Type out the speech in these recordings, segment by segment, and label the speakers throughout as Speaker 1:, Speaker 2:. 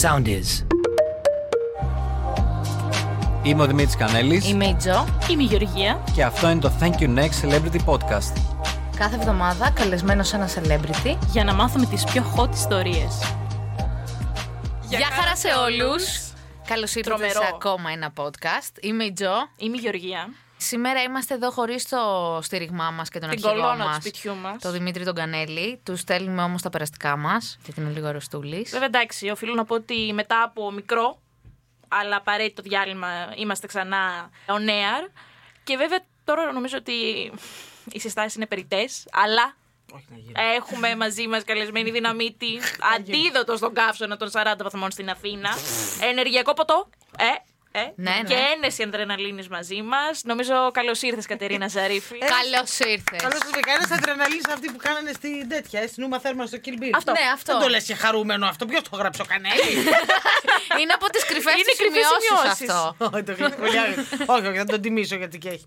Speaker 1: sound is.
Speaker 2: Είμαι ο Δημήτρης Κανέλης
Speaker 3: Είμαι η Τζο. Είμαι η Γεωργία.
Speaker 2: και αυτό είναι το Thank You Next Celebrity Podcast.
Speaker 3: Κάθε εβδομάδα καλεσμένος ένα celebrity.
Speaker 4: για να μάθουμε τις πιο hot ιστορίες.
Speaker 3: Γεια, χαρά σε όλου. Καλώ ήρθατε
Speaker 4: Τρομερό.
Speaker 3: σε ακόμα ένα podcast. Είμαι η Τζο.
Speaker 4: Είμαι η Γεωργία.
Speaker 3: Σήμερα είμαστε εδώ χωρίς το στήριγμά μας και τον
Speaker 4: Την
Speaker 3: αρχηγό
Speaker 4: κολόνα
Speaker 3: μας.
Speaker 4: του σπιτιού μας.
Speaker 3: Το Δημήτρη τον Κανέλη. Τους στέλνουμε όμως τα περαστικά μας, γιατί είναι λίγο αρρωστούλης.
Speaker 4: Βέβαια, εντάξει, οφείλω να πω ότι μετά από μικρό, αλλά απαραίτητο διάλειμμα, είμαστε ξανά on air. Και βέβαια, τώρα νομίζω ότι οι συστάσεις είναι περιττές, αλλά έχουμε μαζί μας καλεσμένη δυναμίτη, αντίδοτο στον καύσωνα των 40 βαθμών στην Αθήνα. Ενεργειακό ποτό. Ε, ε,
Speaker 3: Ναι,
Speaker 4: και
Speaker 3: ναι.
Speaker 4: ένεση ανδρεναλίνης μαζί μας. Νομίζω καλώς ήρθες, Κατερίνα Ζαρίφη.
Speaker 3: Καλώς ήρθες.
Speaker 5: Καλώς ήρθατε. Κανένα αντρεναλή αυτή που κάνανε στην τέτοια. ε, Στην Ούμα Θέρμα στο Kill Bill.
Speaker 4: Αυτό.
Speaker 3: Ναι, αυτό.
Speaker 5: Δεν το λες και χαρούμενο αυτό. Ποιος το γράψε ο Κανέλη.
Speaker 3: Είναι από τις κρυφές
Speaker 4: Είναι κρυφές
Speaker 3: σημειώσεις
Speaker 4: σημειώσεις.
Speaker 3: αυτό.
Speaker 5: Όχι, το γράφει πολύ άγρια. Όχι, όχι, θα τον τιμήσω γιατί και έχει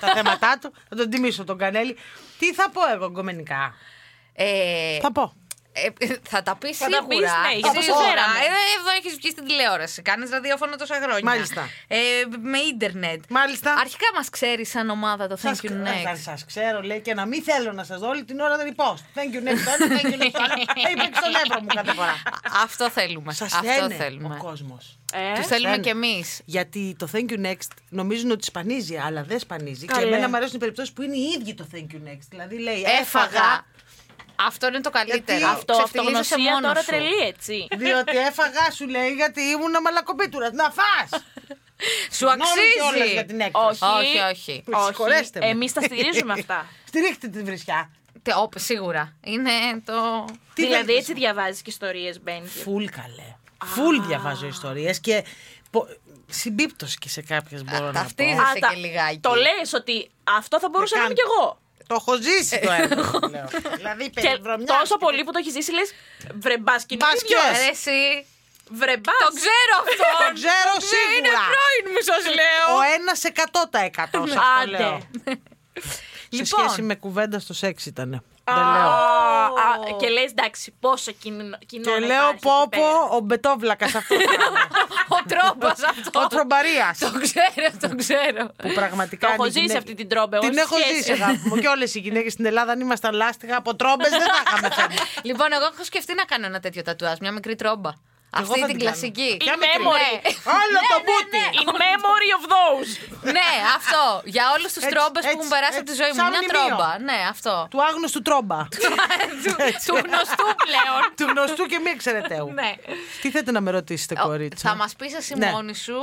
Speaker 5: τα θέματα του. Θα τον τιμήσω τον Κανέλη. Τι θα πω εγώ γκομενικά.
Speaker 3: Ε,
Speaker 5: Θα πω.
Speaker 3: Ε, θα τα πεις
Speaker 4: Θα τα
Speaker 3: σίγουρα.
Speaker 4: πεις, ναι, γιατί
Speaker 3: Σίγουρα.
Speaker 4: σε φέραμε.
Speaker 3: Ε, εδώ έχεις βγει στην τηλεόραση. Κάνεις ραδιόφωνο τόσα χρόνια.
Speaker 5: Μάλιστα.
Speaker 3: Ε, με ίντερνετ.
Speaker 5: Μάλιστα.
Speaker 3: Αρχικά μας ξέρεις σαν ομάδα το Thank you next.
Speaker 5: Σας ξέρω, λέει, και να μην θέλω να σας δω όλη την ώρα δεν υπάρχει. Thank you next, one, thank you next. one. Θα υπήρξε στον νεύρο μου κάθε φορά.
Speaker 3: Αυτό θέλουμε.
Speaker 5: Σας
Speaker 3: Αυτό
Speaker 5: λένε
Speaker 3: θέλουμε.
Speaker 5: ο κόσμος.
Speaker 4: Ε.
Speaker 3: Τους θέλουμε
Speaker 5: λένε.
Speaker 3: κι εμείς.
Speaker 5: Γιατί το Thank you Next νομίζουν ότι σπανίζει, αλλά δεν σπανίζει. Και
Speaker 4: Καλέ.
Speaker 5: εμένα μου αρέσουν οι περιπτώσεις που είναι οι ίδιοι το Thank you Next. Δηλαδή λέει
Speaker 3: Έφαγα.
Speaker 5: έφαγα.
Speaker 3: Αυτό είναι το καλύτερο.
Speaker 5: Γιατί
Speaker 4: Αυτό,
Speaker 3: Ξεφτυλίζεσαι
Speaker 4: αυτογνωσία
Speaker 3: μόνος
Speaker 4: τώρα
Speaker 3: σου.
Speaker 4: τρελή, έτσι.
Speaker 5: διότι έφαγα, σου λέει, γιατί ήμουν μαλακοπίτουρας. Να φας!
Speaker 3: Σου
Speaker 5: Όλες για
Speaker 3: αξίζει.
Speaker 5: την έκφραση.
Speaker 3: Όχι,
Speaker 4: Όχι,
Speaker 3: όχι.
Speaker 5: Με συγχωρέστε με.
Speaker 4: Εμείς τα στηρίζουμε αυτά.
Speaker 5: Στηρίχτε την βρισιά.
Speaker 3: Τε- ω, σίγουρα. Είναι το.
Speaker 5: Τι
Speaker 4: δηλαδή,
Speaker 5: θέλετε,
Speaker 4: έτσι διαβάζεις και ιστορίες, Μπέν.
Speaker 5: Φουλ καλέ. Φουλ διαβάζω ιστορίες και πο- συμπίπτω και σε κάποιες μπορώ να πω.
Speaker 3: ταυτίζεσαι. και λιγάκι.
Speaker 4: Το λες ότι αυτό θα μπορούσα να είμαι κι
Speaker 5: κάνω.
Speaker 4: εγώ.
Speaker 5: Το έχω ζήσει το έργο. λέω. δηλαδή
Speaker 4: Και
Speaker 5: περιβρωμιά.
Speaker 4: τόσο πολύ που το έχεις ζήσει, λες βρεμπά και
Speaker 5: Μπας ποιος?
Speaker 3: Ρε, εσύ.
Speaker 4: Βρεμπά.
Speaker 3: Το ξέρω αυτό.
Speaker 5: Το ξέρω
Speaker 3: Ναι, είναι
Speaker 5: σίγουρα.
Speaker 3: πρώην μου, σας λέω.
Speaker 5: Ο ένας εκατό τα εκατό. λέω.
Speaker 4: Άντε.
Speaker 5: Σε
Speaker 3: Λοιπόν.
Speaker 5: Ναι. σχέση με κουβέντα στο σεξ ήταν.
Speaker 4: Α, ναι,
Speaker 5: Δεν λέω.
Speaker 4: α, Και λες, εντάξει, πόσο κοινό.
Speaker 5: Και λέω πόπο ο Μπετόβλακας αυτό. το πράγμα.
Speaker 3: Ο τρόπος αυτός.
Speaker 5: ο Τρομπαρίας.
Speaker 3: Το ξέρω, το ξέρω.
Speaker 5: που πραγματικά.
Speaker 4: Το έχω
Speaker 5: είναι η
Speaker 4: ζήσει
Speaker 5: γυναίκα-
Speaker 4: αυτή την τρόμπα. εγώ
Speaker 5: Την
Speaker 4: στη
Speaker 5: έχω
Speaker 4: σχέση.
Speaker 5: ζήσει, αγάπη μου. Και όλες οι γυναίκες στην Ελλάδα, αν ήμασταν λάστιχα από τρόμπες, δεν θα είχαμε φέρει.
Speaker 3: Λοιπόν, εγώ έχω σκεφτεί να κάνω ένα τέτοιο τατουάζ, μια μικρή τρόμπα.
Speaker 5: θα
Speaker 3: Αυτή την
Speaker 5: την κάνω.
Speaker 3: κλασική.
Speaker 4: Ποια
Speaker 3: Ναι.
Speaker 4: memory?
Speaker 5: Όλο
Speaker 4: Ναι,
Speaker 5: το μπούτι.
Speaker 4: In memory of those.
Speaker 3: Ναι, ναι, αυτό. Για όλους τους
Speaker 5: Ε, Έτσι,
Speaker 3: τρόμπες που
Speaker 5: έτσι,
Speaker 3: έχουν περάσει από τη
Speaker 5: έτσι,
Speaker 3: ζωή μου.
Speaker 5: σαν
Speaker 3: Μια
Speaker 5: μνημείο.
Speaker 3: τρόμπα. Ναι, αυτό.
Speaker 5: Του άγνωστου τρόμπα.
Speaker 3: Του- Του γνωστού πλέον.
Speaker 5: του γνωστού και μη εξαιρεταίου.
Speaker 4: Ναι.
Speaker 5: Τι θέτε να με ρωτήσετε, κορίτσια.
Speaker 3: Θα μας πεις εσύ
Speaker 5: Ε, Ναι.
Speaker 3: μόνη σου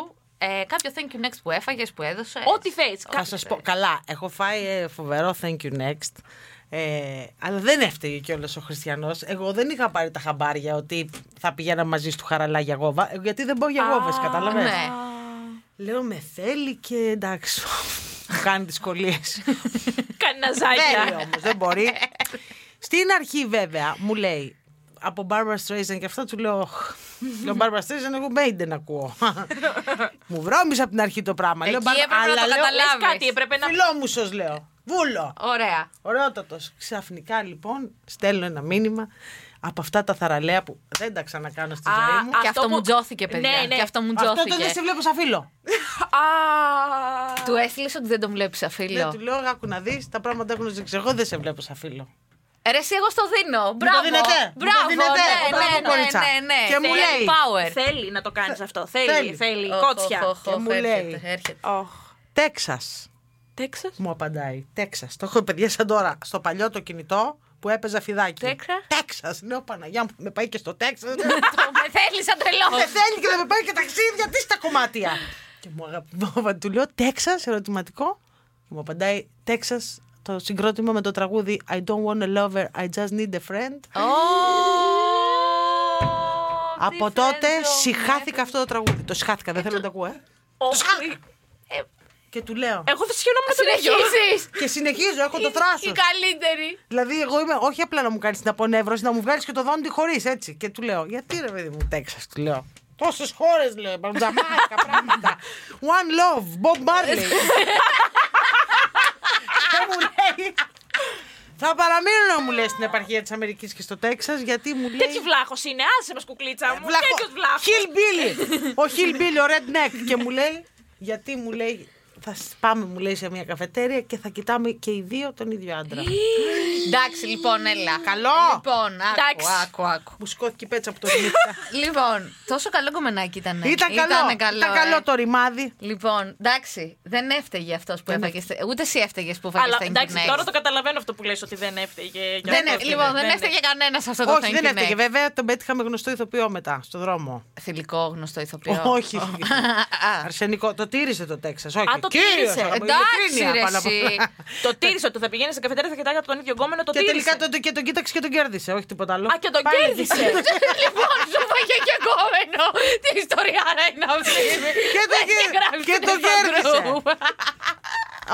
Speaker 3: ε, κάποιο thank you next που έφαγες, που έδωσες.
Speaker 4: Ό,τι θες.
Speaker 5: Θα σας πω. Καλά, έχω φάει ε, φοβερό thank you next. Ε, αλλά δεν έφταιγε κιόλας ο Χριστιανός. Εγώ δεν είχα πάρει τα χαμπάρια ότι θα πηγαίνα μαζί του χαραλά για γόβα. ε, Γιατί δεν πάω για γόβε, κατάλαβε.
Speaker 3: Ναι.
Speaker 5: Λέω με θέλει και εντάξει. Μου κάνει δυσκολίες.
Speaker 4: Κανένα
Speaker 5: Θέλει
Speaker 4: ζάκια.
Speaker 5: όμως, δεν μπορεί. Στην αρχή βέβαια μου λέει από Barbara Streisand και αυτά του λέω. «Οχ». Λέω Barbara Streisand, εγώ Maiden ακούω. μου βρώμισε από την αρχή το πράγμα.
Speaker 3: Εκεί
Speaker 5: λέω, «Μπαρ-
Speaker 3: έπρεπε να
Speaker 5: αλλά
Speaker 3: το
Speaker 5: λέω,
Speaker 3: καταλάβεις.
Speaker 4: Λες κάτι, έπρεπε να.
Speaker 5: Φιλόμουσος λέω. Βούλο.
Speaker 3: Ωραία.
Speaker 5: Ωραιότατος. Ξαφνικά λοιπόν στέλνω ένα μήνυμα από αυτά τα θαραλέα που δεν τα ξανακάνω στη
Speaker 4: Α,
Speaker 5: ζωή μου.
Speaker 4: Αυτό
Speaker 3: Και αυτό
Speaker 4: που-
Speaker 3: μου τζώθηκε, παιδιά.
Speaker 4: Ναι, ναι.
Speaker 3: Και αυτό μου
Speaker 5: Αυτό το δεν
Speaker 3: τζώθηκε.
Speaker 5: σε βλέπω σαν φίλο.
Speaker 4: Α.
Speaker 3: Του έστειλε ότι δεν τον βλέπεις,
Speaker 5: Δεν
Speaker 3: αφήλω.
Speaker 5: Ναι, του λέω, άκου να δεις, τα πράγματα έχουν ζεξει. Εγώ δεν σε βλέπω σαν φίλο.
Speaker 3: Ρε, εσύ εγώ στο δίνω. Μπράβο.
Speaker 5: δίνετε, μου το
Speaker 3: Μπράβο,
Speaker 5: δίνετε.
Speaker 3: ναι,
Speaker 5: Μπράβο,
Speaker 3: ναι,
Speaker 5: κορίτσια.
Speaker 3: ναι, ναι, ναι.
Speaker 5: Και μου
Speaker 3: Θέλει
Speaker 5: λέει.
Speaker 3: Power.
Speaker 4: Θέλει να το κάνεις αυτό.
Speaker 5: Θέλει.
Speaker 4: Θέλει, θέλει.
Speaker 3: Οχ, οχ,
Speaker 4: Κότσια.
Speaker 3: οχ,
Speaker 5: Και
Speaker 3: οχ,
Speaker 5: μου
Speaker 3: έρχεται,
Speaker 5: λέει.
Speaker 3: έρχεται.
Speaker 5: Τέξας.
Speaker 4: Τέξας.
Speaker 5: Μου απαντάει. Τέξας. Το έχω παιδιά σαν τώρα. Στο παλιό το κινητό που έπαιζα φιδάκι.
Speaker 4: Τέξας.
Speaker 5: Τέξας. Λέω Παναγιά μου, με πάει και στο Τέξας.
Speaker 3: Το με θέλει σαν τρελός.
Speaker 5: με θέλει και δεν με πάει και ταξίδια. Τι στα κομμάτια. και μου αγαπημένο, του λέω Τέξας, ερωτηματικό. Και μου απαντάει Τέξας το συγκρότημα με το τραγούδι I don't want a lover, I just need a friend.
Speaker 3: Ω,
Speaker 5: Από
Speaker 3: τι
Speaker 5: τότε
Speaker 3: φρέντζο.
Speaker 5: συχάθηκα αυτό το τραγούδι. Το συχάθηκα, δεν θέλω να το ακούω. ε.
Speaker 3: Ε,
Speaker 5: Και του λέω.
Speaker 4: Εγώ θα συγχωνόμουν με τον ίδιο.
Speaker 3: Συνεχίζεις.
Speaker 5: Και συνεχίζω, έχω το
Speaker 3: Η
Speaker 5: θράσος.
Speaker 3: καλύτερη.
Speaker 5: Δηλαδή, εγώ είμαι όχι απλά να μου κάνεις την απονεύρωση, να μου βγάλεις και το δόντι χωρίς έτσι. Και του λέω, Γιατί ρε παιδί μου, Τέξας, του λέω. Τόσες χώρες λέω, Τζαμάικα, πράγματα. One love, Bob Marley. και μου λέει, Θα παραμείνω, μου λέει, στην επαρχία της Αμερικής και στο Τέξας, γιατί μου λέει.
Speaker 4: Τι βλάχος είναι, άσε μας κουκλίτσα μου. Τέτοιος βλάχος.
Speaker 5: Χιλμπίλι. ο Χιλμπίλι, ο Redneck. και μου λέει, γιατί μου λέει, θα σ- πάμε, μου λέει, σε μια καφετέρια και θα κοιτάμε και οι δύο τον ίδιο άντρα.
Speaker 3: Εντάξει, λοιπόν, έλα.
Speaker 5: Καλό.
Speaker 3: Λοιπόν, άκου,
Speaker 4: Εντάξει.
Speaker 3: άκου, άκου.
Speaker 5: μου σηκώθηκε η πέτσα από το νύχτα.
Speaker 3: Λοιπόν, τόσο καλό κομμενάκι ήταν.
Speaker 4: Ναι.
Speaker 5: Ήταν καλό.
Speaker 3: Ήτανε
Speaker 5: Ήταν
Speaker 3: ε.
Speaker 5: καλό το ρημάδι.
Speaker 3: Λοιπόν, εντάξει, δεν έφταιγε αυτός που έφαγε. Ούτε εσύ έφταιγες που έφαγες
Speaker 4: Αλλά
Speaker 3: τα
Speaker 4: εντάξει,
Speaker 3: Internet.
Speaker 4: τώρα το καταλαβαίνω αυτό που λες ότι δεν έφταιγε. για
Speaker 3: Δεν
Speaker 4: αυτό.
Speaker 3: έφταιγε. Λοιπόν, δεν έφταιγε κανένας αυτό το
Speaker 5: Όχι,
Speaker 3: thank
Speaker 5: δεν
Speaker 3: you
Speaker 4: ναι.
Speaker 5: έφταιγε.
Speaker 3: next.
Speaker 5: Βέβαια, τον πέτυχαμε γνωστό ηθοποιό μετά, στο δρόμο.
Speaker 3: Θηλυκό γνωστό ηθοποιό.
Speaker 5: Όχι.
Speaker 3: Α,
Speaker 5: Αρσενικό. Το τύρισε το Τέξας. Όχι.
Speaker 4: το
Speaker 5: Κύριος,
Speaker 4: τήρησε.
Speaker 5: αλλά με
Speaker 3: Εντάξει,
Speaker 5: ειλικρίνεια
Speaker 3: ρε,
Speaker 5: πάνω απ' όλα.
Speaker 3: εσύ.
Speaker 4: Το τήρησε ότι θα πηγαίνει σε καφετέρια, θα κοιτάει από τον ίδιο γκόμενο, το
Speaker 5: Και
Speaker 4: τήρησε.
Speaker 5: τελικά τον, και τον κοίταξε και τον κέρδισε. Όχι τίποτα άλλο.
Speaker 4: Α, και τον
Speaker 5: Πάλι.
Speaker 4: κέρδισε.
Speaker 3: λοιπόν, σου φάγε και κόμενο. Τι ιστορία είναι αυτή.
Speaker 5: Και το
Speaker 3: Δεν
Speaker 5: κέρ-
Speaker 3: είχε γράψει
Speaker 5: και το
Speaker 3: στον
Speaker 5: κέρδισε.
Speaker 3: group.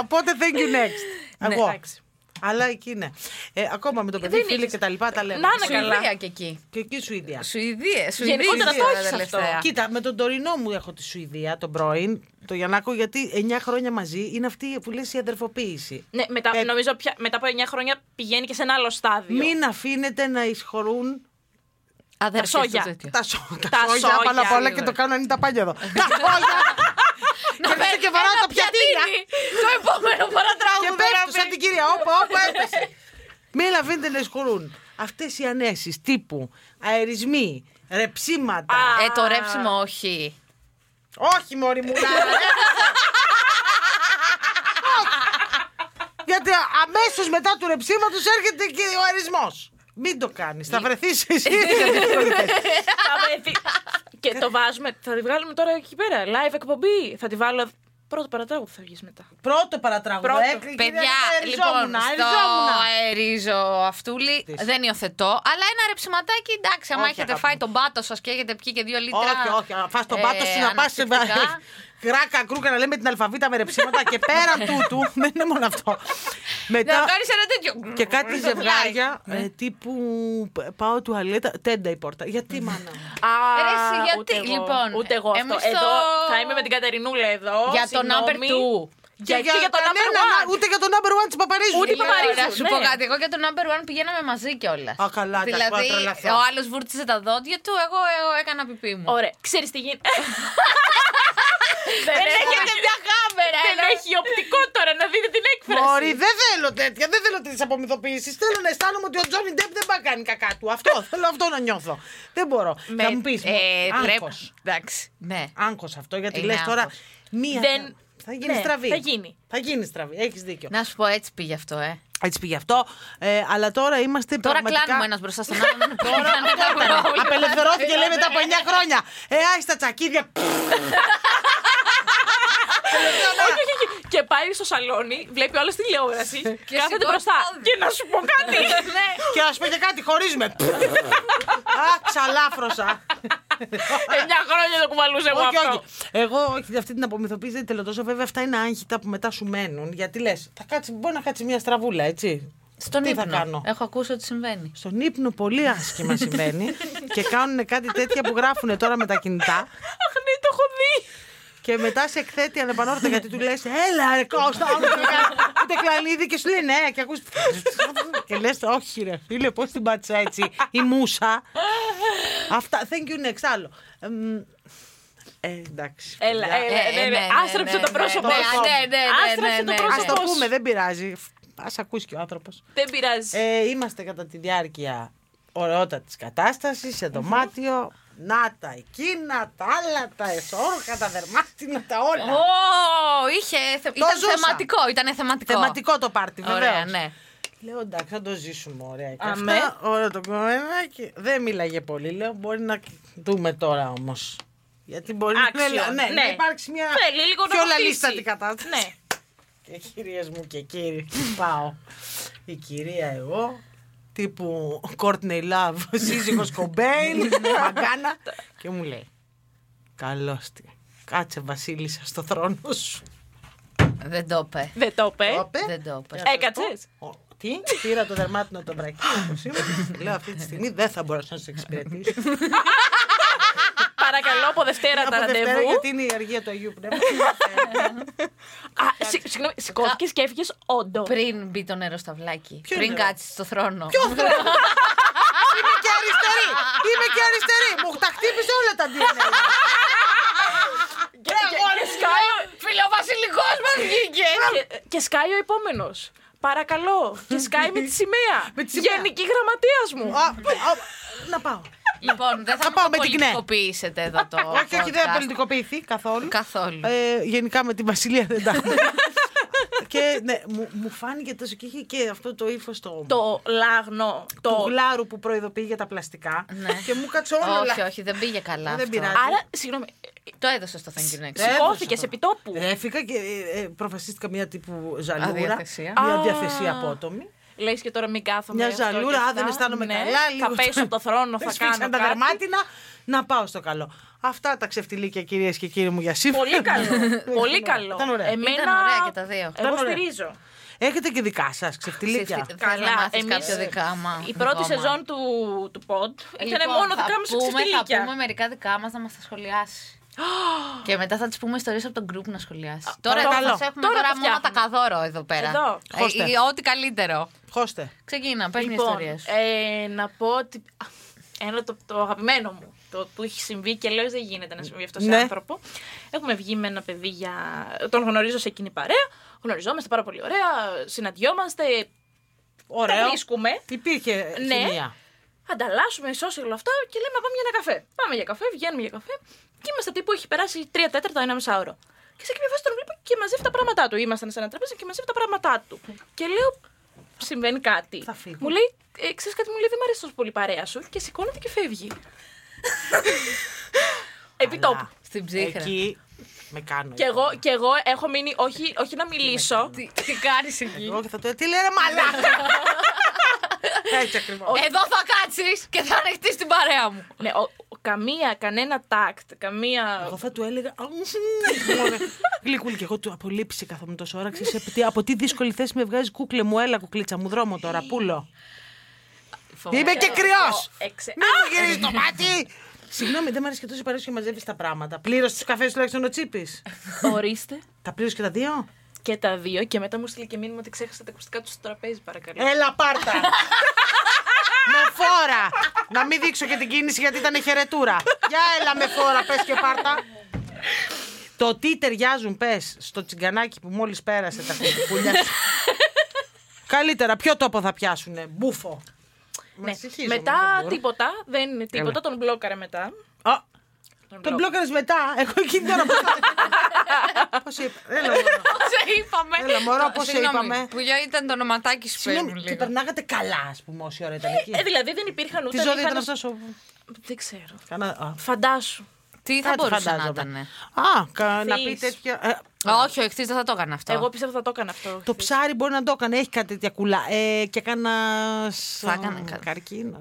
Speaker 5: Οπότε thank you next.
Speaker 4: Ναι,
Speaker 5: Εγώ.
Speaker 4: εντάξει.
Speaker 5: Αλλά εκεί είναι. Ε, ακόμα με το παιδί,
Speaker 4: Δεν
Speaker 5: φίλοι
Speaker 4: είχες.
Speaker 5: και τα λοιπά τα λέμε.
Speaker 4: Να είναι καλά.
Speaker 3: Σουηδία και εκεί.
Speaker 5: Και εκεί Σουηδία.
Speaker 3: Σουηδία.
Speaker 4: Γενικότερα
Speaker 3: Σουηδία
Speaker 4: το
Speaker 3: τώρα
Speaker 4: έχεις αυτό.
Speaker 3: τελευταία.
Speaker 5: Κοίτα, με τον τωρινό μου έχω τη Σουηδία, τον πρώην, το Γιαννάκο, γιατί 9 χρόνια μαζί είναι αυτή που λες η αδερφοποίηση.
Speaker 4: Ναι, μετά,
Speaker 5: Ε,
Speaker 4: νομίζω πια, μετά από 9 χρόνια πηγαίνει και σε ένα άλλο στάδιο.
Speaker 5: Μην αφήνετε να εισχωρούν
Speaker 3: Αδερφή
Speaker 4: σόγια.
Speaker 3: στο τέτοιο.
Speaker 5: τα, σο... τα,
Speaker 4: Τα
Speaker 5: σόγια
Speaker 4: σόγια,
Speaker 5: πάνω απ' όλα
Speaker 3: λίγο.
Speaker 5: και το κάνω 90 πάλι εδώ. τα σόγια! και παίρνει και βαρά τα πιατίνια.
Speaker 3: Το επόμενο
Speaker 5: Και
Speaker 3: παρατράγουδο.
Speaker 5: πέφτουν σαν την κυρία. Όπα, όπα, έπεσε. Μην αφήνετε να εισχωρούν. Αυτές οι ανέσεις τύπου αερισμοί, ρεψίματα.
Speaker 4: Α.
Speaker 3: Ε, το ρέψιμο όχι.
Speaker 5: Όχι, Μωρή μου, να- Γιατί αμέσως μετά του ρεψίματος έρχεται και ο αερισμός. Μην το κάνεις. Θα βρεθείς εσύ.
Speaker 4: Θα βρεθείς. και το βάζουμε, θα τη βγάλουμε τώρα εκεί πέρα. Live εκπομπή. Θα τη βάλω. Πρώτο παρατράγουδο θα βγεις μετά.
Speaker 5: Πρώτο παρατράγουδο. Ε,
Speaker 4: Πρώτο.
Speaker 5: έκλειγε,
Speaker 3: Παιδιά,
Speaker 5: δεν
Speaker 3: λοιπόν,
Speaker 5: αεριζόμουν,
Speaker 3: στο
Speaker 5: αεριζόμουν.
Speaker 3: αερίζω αυτούλη δεν υιοθετώ, αλλά ένα ρεψιματάκι εντάξει, άμα
Speaker 5: Όχι,
Speaker 3: έχετε
Speaker 5: αγάπη
Speaker 3: φάει τον πάτο σας και έχετε πιει και δύο λίτρα.
Speaker 5: Όχι, όχι. Φά
Speaker 3: Ε,
Speaker 5: τον πάτο σου να πας.
Speaker 3: αναπτυκτικά.
Speaker 5: Κράκα, κρούκα να λέμε την αλφαβήτα με ρεψίματα και πέραν τούτου. Δεν είναι μόνο αυτό.
Speaker 3: Να
Speaker 5: Μετά
Speaker 3: κάνεις ένα τέτοιο.
Speaker 5: και κάτι
Speaker 3: στο
Speaker 5: ζευγάρια ε, τύπου π- πάω τουαλέτα, τέντα η πόρτα. Γιατί μάνα. μου?
Speaker 4: Α,
Speaker 3: Ρε, εσύ, γιατί,
Speaker 4: ούτε εγώ,
Speaker 3: λοιπόν,
Speaker 4: Ούτε εγώ αυτό.
Speaker 3: εμείς το-
Speaker 4: Εδώ θα είμαι με την Κατερινούλα εδώ.
Speaker 3: Για τον number
Speaker 4: συγγνώμη.
Speaker 3: two.
Speaker 4: Για, και για τον
Speaker 5: κανένα,
Speaker 4: number one.
Speaker 5: Ούτε για τον number one της Παπαρίζου.
Speaker 4: Ούτε η
Speaker 5: Λέω,
Speaker 4: Παπαρίζου.
Speaker 3: Να σου
Speaker 4: ναι.
Speaker 3: πω κάτι. Εγώ και τον number one πηγαίναμε μαζί κιόλας.
Speaker 5: Α, καλά, εντάξει,
Speaker 3: Δηλαδή,
Speaker 5: μπορώ να τρελαθώ.
Speaker 3: ο άλλος βούρτιζε τα δόντια του, εγώ ε, έκανα πιπί μου.
Speaker 4: Ωραία, ξέρεις τι γίνεται. Δεν
Speaker 3: Έχετε
Speaker 4: έχει-
Speaker 3: μια κάμερα,
Speaker 4: δεν
Speaker 3: ένα-
Speaker 4: έχει οπτικό τώρα να δείτε την έκφραση.
Speaker 5: Μωρή, δεν θέλω τέτοια, δεν θέλω τέτοιες απομυθοποιήσει. Θέλω να αισθάνομαι ότι ο Τζόνι Ντεπ δεν πάει να κάνει κακά του. Αυτό θέλω αυτό να νιώθω. Δεν μπορώ.
Speaker 3: Με-
Speaker 5: Θα μου πεις.
Speaker 3: ε,
Speaker 5: Άγχο.
Speaker 3: πρέπει- Εντάξει. Ναι.
Speaker 5: Άγχος αυτό, γιατί
Speaker 3: Είναι
Speaker 5: λες τώρα.
Speaker 3: άγχος.
Speaker 5: Μία.
Speaker 4: Δεν-
Speaker 5: Θα γίνει
Speaker 4: ναι,
Speaker 5: στραβή.
Speaker 4: θα γίνει.
Speaker 5: Θα γίνει στραβή. Έχεις δίκιο.
Speaker 3: Να σου πω έτσι πήγε αυτό, ε.
Speaker 5: Έτσι πήγε αυτό. Ε, αλλά τώρα είμαστε
Speaker 3: Τώρα
Speaker 5: πραγματικά.
Speaker 3: κλάνουμε ένας μπροστά στον άλλον. Τώρα
Speaker 5: Απελευθερώθηκε λέει μετά από 9 χρόνια. Ε, άι τα τσακίδια.
Speaker 4: Όχι, όχι, όχι. Και πάει στο σαλόνι, βλέπει όλη την τηλεόραση, κάθεται
Speaker 3: σηκώνει
Speaker 4: μπροστά.
Speaker 3: πόδι.
Speaker 4: Και να σου πω κάτι.
Speaker 3: Ναι.
Speaker 5: και α πω και κάτι, χωρίζουμε. Α, ξαλάφρωσα.
Speaker 4: Εννιά χρόνια το κουβαλούσα εγώ
Speaker 5: όχι,
Speaker 4: αυτό.
Speaker 5: όχι. Εγώ όχι, αυτή την απομυθοποίηση δεν τελετώσα. Βέβαια, αυτά είναι άγχητα που μετά σου μένουν. Γιατί λες, θα κάτσει, μπορεί να κάτσει μια στραβούλα, έτσι.
Speaker 3: Στον
Speaker 5: Τι
Speaker 3: ύπνο.
Speaker 5: θα κάνω.
Speaker 3: Έχω ακούσει ότι συμβαίνει.
Speaker 5: Στον ύπνο πολύ άσχημα συμβαίνει και κάνουν κάτι τέτοια που γράφουν τώρα με τα κινητά.
Speaker 4: Αχ, ναι, το έχω δει.
Speaker 5: Και μετά σε εκθέτει ανεπανόρθωτα γιατί του λες: Έλα, ρε Κώστα, όλα τα καλά». Ούτε κλανίδι και σου λέει ναι, και ακούς και λες: Όχι, ρε φίλε, πώς την πάτησα έτσι, η μουσα. Αυτά. Thank you next, άλλο. Εμ, Ε, εντάξει.
Speaker 4: Έλα, έλα,
Speaker 3: Ε,
Speaker 4: ναι,
Speaker 3: ναι,
Speaker 4: ναι.
Speaker 3: ναι,
Speaker 4: Άστρεψε
Speaker 3: ναι,
Speaker 4: το
Speaker 3: ναι,
Speaker 4: πρόσωπό
Speaker 3: ναι,
Speaker 4: σου.
Speaker 3: ναι, ναι, ναι, ναι,
Speaker 4: Άστρεψε το
Speaker 3: ναι.
Speaker 5: Ας το
Speaker 4: πρόσωπό
Speaker 5: πούμε,
Speaker 4: σου.
Speaker 5: δεν πειράζει. Ας ακούσει και ο άνθρωπος.
Speaker 4: Δεν πειράζει.
Speaker 5: Ε, είμαστε κατά τη διάρκεια ωραιότατης κατάστασης σε δωμάτιο. Να τα εκείνα, τα άλλα, τα εσόρουχα, τα δερμάτινα, τα όλα.
Speaker 3: Ω, είχε. θε- Ήταν
Speaker 5: Ναι. ζούσα.
Speaker 3: θεματικό. Ήταν θεματικό.
Speaker 5: Θεματικό το πάρτι, βέβαια.
Speaker 3: Ωραία, ναι.
Speaker 5: Λέω εντάξει, θα το ζήσουμε ωραία. Και
Speaker 4: Αμέ.
Speaker 5: αυτά, ωραία το κομμενάκι. Δεν μίλαγε πολύ. Λέω μπορεί να δούμε τώρα όμως. Γιατί μπορεί
Speaker 4: Άξιο,
Speaker 5: να, ναι,
Speaker 4: ναι.
Speaker 5: να υπάρξει μια
Speaker 4: Θέλει λίγο να
Speaker 5: πιο
Speaker 4: βοηθήσει.
Speaker 5: λαλίστατη κατάσταση.
Speaker 4: Ναι.
Speaker 5: Και κυρίες μου και κύριοι, πάω. Η κυρία εγώ, τύπου Courtney Love, σύζυγος
Speaker 4: Ναι.
Speaker 5: Κομπέιν, μαγκάνα. και μου λέει, καλώς τη. Κάτσε βασίλισσα στο θρόνο σου.
Speaker 3: Δεν το είπε.
Speaker 4: Ε, Δεν το είπε.
Speaker 5: Το είπε.
Speaker 3: Δεν το είπε.
Speaker 5: Και να σας
Speaker 4: Έκατσες?
Speaker 5: πω, ο, Τι, πήρα το δερμάτινο το βρακί όπως ήμουν. Λέω αυτή τη στιγμή δεν θα μπορέσω να σε εξυπηρετήσω.
Speaker 4: Παρακαλώ από Δευτέρα τα
Speaker 5: Από Δευτέρα,
Speaker 4: ραντεβού.
Speaker 5: γιατί είναι η αργία του Αγίου Πνεύμα.
Speaker 4: Α, συ- Συγγνώμη, σηκώθηκες και έφυγες όντο.
Speaker 3: Πριν μπει το νερό στα βλάκι.
Speaker 5: Ποιο
Speaker 3: πριν
Speaker 5: νερό?
Speaker 3: κάτσεις στο θρόνο.
Speaker 5: Ποιο θέλω. Είμαι και αριστερή. Είμαι και αριστερή. Μου τα χτύπησε όλα τα DNA.
Speaker 4: Και- και- και σκάει-
Speaker 3: Φιλοβασιλικό μας βγήκε!
Speaker 4: και- Και σκάει ο επόμενος. Παρακαλώ. Και σκάει με τη σημαία.
Speaker 5: Με τη σημαία.
Speaker 4: Γενική γραμματείας μου.
Speaker 5: Α, α, Να πάω.
Speaker 3: λοιπόν, δεν θα,
Speaker 5: Θα
Speaker 3: μου
Speaker 5: πάω
Speaker 3: το
Speaker 5: με την ΚΝΕ.
Speaker 3: πολιτικοποιήσετε εδώ το.
Speaker 5: Όχι, όχι, δεν
Speaker 3: podcast.
Speaker 5: θα πολιτικοποιηθεί καθόλου.
Speaker 3: Καθόλου.
Speaker 5: Ε, γενικά με τη Βασιλεία δεν τα έχουμε. και ναι, μου, μου φάνηκε τόσο και είχε και αυτό το ύφος το.
Speaker 4: Το λάγνο.
Speaker 5: του
Speaker 4: Το.
Speaker 5: γλάρου που προειδοποιεί για τα πλαστικά.
Speaker 3: Ναι.
Speaker 5: Και μου κάτσε όλα.
Speaker 3: όχι, όχι, δεν πήγε καλά.
Speaker 5: Α, δεν
Speaker 3: αυτό.
Speaker 5: πειράζει.
Speaker 4: Άρα, συγγνώμη,
Speaker 3: Το έδωσες στο Thank you next.
Speaker 5: Ε,
Speaker 4: σηκώθηκε
Speaker 5: έδωσε
Speaker 4: επί
Speaker 5: το.
Speaker 4: τόπου.
Speaker 5: Έφυγα και ε, ε, προφασίστηκα μια τύπου ζαλούρα.
Speaker 3: Αδιαθεσία.
Speaker 5: Μια
Speaker 4: Α.
Speaker 5: διαθεσία απότομη.
Speaker 4: Λες και τώρα μην κάθομαι.
Speaker 5: Μια
Speaker 4: αυτό και
Speaker 5: ζαλούρα, α,
Speaker 4: αυτά.
Speaker 5: δεν αισθάνομαι
Speaker 4: Ναι.
Speaker 5: καλά. Λίγο
Speaker 4: Θα πέσω από το θρόνο, θα
Speaker 5: Σφίξαν
Speaker 4: κάνω.
Speaker 5: τα
Speaker 4: κάτι.
Speaker 5: δερμάτινα, να πάω στο καλό. Αυτά τα ξεφτιλίκια, κυρίες και κύριοι μου, για σήμερα.
Speaker 4: Πολύ καλό. Πολύ καλό.
Speaker 5: Ήταν ωραία.
Speaker 4: Εμένα...
Speaker 3: Ήταν ωραία και τα δύο.
Speaker 5: Ήταν
Speaker 4: Εγώ
Speaker 5: ωραία.
Speaker 4: στηρίζω.
Speaker 5: Έχετε και δικά σας ξεφτιλίκια.
Speaker 3: Ψηφι- Θέλω να
Speaker 4: Καλά,
Speaker 3: μάθεις
Speaker 4: εμείς
Speaker 3: κάποια δικά μας.
Speaker 4: η πρώτη
Speaker 3: Ακόμα.
Speaker 4: σεζόν του, του pod
Speaker 5: Ε,
Speaker 3: Λοιπόν,
Speaker 4: ήταν μόνο
Speaker 3: θα
Speaker 4: δικά μου
Speaker 3: πούμε- Θα πούμε
Speaker 4: ξεφτυλίκια.
Speaker 3: μερικά δικά μας να μας τα σχολιάσεις. και μετά θα της πούμε ιστορίες από τον group να σχολιάσει. Τώρα εδώ
Speaker 5: παρακαλώ.
Speaker 3: θα σε έχουμε
Speaker 4: Τώρα
Speaker 3: τώρα,
Speaker 4: τα
Speaker 3: μόνο τα
Speaker 4: φτιάχνουμε.
Speaker 3: καδόρο εδώ πέρα.
Speaker 4: Εδώ.
Speaker 3: Ε,
Speaker 5: Χώστε.
Speaker 3: ή ό,τι καλύτερο.
Speaker 5: Χώστε.
Speaker 3: Ξεκίνα, πες μια
Speaker 4: Λοιπόν,
Speaker 3: ιστορία σου.
Speaker 4: ε, να πω ότι α, ένα το, το αγαπημένο μου, το που έχει συμβεί και λέω δεν γίνεται να συμβεί αυτό σε
Speaker 5: Ναι.
Speaker 4: άνθρωπο. Έχουμε βγει με ένα παιδί για... Τον γνωρίζω σε εκείνη παρέα, γνωριζόμαστε πάρα πολύ ωραία, συναντιόμαστε, τα
Speaker 5: Ωραίο.
Speaker 4: βρίσκουμε.
Speaker 5: Υπήρχε
Speaker 4: Ναι.
Speaker 5: χημεία.
Speaker 4: ανταλλάσσουμε social αυτά και λέμε να πάμε για ένα καφέ. Πάμε για καφέ, βγαίνουμε για καφέ και είμαστε τύπου έχει περάσει 3 τέταρτα, ένα μισάωρο. Και σε κάποια φάση τον βλέπω και μαζεύει τα πράγματά του. Ήμασταν σε ένα τραπέζι και μαζεύει τα πράγματά του. Και λέω, συμβαίνει κάτι.
Speaker 5: Θα φύγω.
Speaker 4: Μου λέει, ε, ξέρεις κάτι, μου λέει, δεν μου αρέσει τόσο πολύ η παρέα σου. Και σηκώνεται και φεύγει. Επί τόπου.
Speaker 3: Στην ψύχρα.
Speaker 5: Εκεί με κάνω.
Speaker 4: Και εγώ, και εγώ έχω μείνει, όχι, όχι να μιλήσω.
Speaker 3: Τι, τι κάνεις εκεί.
Speaker 5: Εγώ και θα το λέω, Τι λένε μαλάκα. Έτσι ακριβώς.
Speaker 3: Εδώ θα κάτσεις και θα ανοιχτείς την παρέα μου.
Speaker 4: Ναι, ο- ο- καμία, κανένα τάκτ, καμία.
Speaker 5: Εγώ θα του έλεγα. «Αμ, μωρέ». Γλυκούλη, και εγώ του απολύψη καθόμουν τόσο ώρα. Ξέρεις, από τι- από τι δύσκολη θέση με βγάζει κούκλε μου, έλα κουκλίτσα μου, δρόμο τώρα, πούλο. Είμαι και κρυός!
Speaker 4: Εξε...
Speaker 5: Μην μου γυρίζεις το μάτι! Συγγνώμη, δεν μου αρέσει και τόσο η παρέα σου και μαζεύεις τα πράγματα. Πλήρωσε τους καφές τουλάχιστον ο τσίπης.
Speaker 4: Ορίστε.
Speaker 5: Τα πλήρωσε και τα δύο.
Speaker 4: Και τα δύο. Και μετά μου στείλει και μήνυμα ότι ξέχασα τα ακουστικά του στο τραπέζι, παρακαλώ.
Speaker 5: Έλα, πάρτα! με φόρα! Να μην δείξω και την κίνηση γιατί ήταν χαιρετούρα. Για έλα με φόρα, πες και πάρτα. Το τι ταιριάζουν, πες, στο τσιγκανάκι που μόλις πέρασε τα κουκούλια. Καλύτερα, ποιο τόπο θα πιάσουνε. Μπούφο.
Speaker 4: Ναι.
Speaker 5: συγχύζομαι, δεν
Speaker 4: Μετά
Speaker 5: μπορώ.
Speaker 4: τίποτα. Δεν είναι τίποτα. Τον μπλόκαρα μετά.
Speaker 5: Α, τον
Speaker 4: μπλοκ.
Speaker 5: μπλόκαρες μετά. Εγώ εκείνη τώρα πώς θα- Πώς είπα. Έλα, μωρό.
Speaker 3: Σε είπαμε.
Speaker 5: Έλα, μωρό, πώς σε
Speaker 3: Ε, Συγγνώμη,
Speaker 5: είπαμε.
Speaker 3: Που για ήταν το ονοματάκι σου, πες μου
Speaker 5: Συγγνώμη, και
Speaker 3: λίγο.
Speaker 5: περνάγατε καλά, ας πούμε, όση ώρα ήταν εκεί.
Speaker 4: Ε, δηλαδή δεν υπήρχαν ούτε.
Speaker 5: Τι ζώδιο
Speaker 4: είχαν-
Speaker 5: ήταν αυτό.
Speaker 4: Δεν ξέρω.
Speaker 5: Κανα...
Speaker 4: Φαντάσου.
Speaker 3: Τι θα
Speaker 5: Κάτι
Speaker 3: μπορούσε να
Speaker 5: φαντάζομαι.
Speaker 3: ήταν.
Speaker 5: Α, κα- να
Speaker 4: Χθείς.
Speaker 5: πει τέτοια. ε,
Speaker 3: Όχι, ο εχθής δεν θα το έκανε αυτό.
Speaker 4: Εγώ πιστεύω θα το έκανα αυτό.
Speaker 5: το ψάρι μπορεί να το έκανε, έχει κάτι τέτοια κουλά. Ε, και κανένας.
Speaker 3: Θα έκανε κάτι.
Speaker 5: Καρκίνος.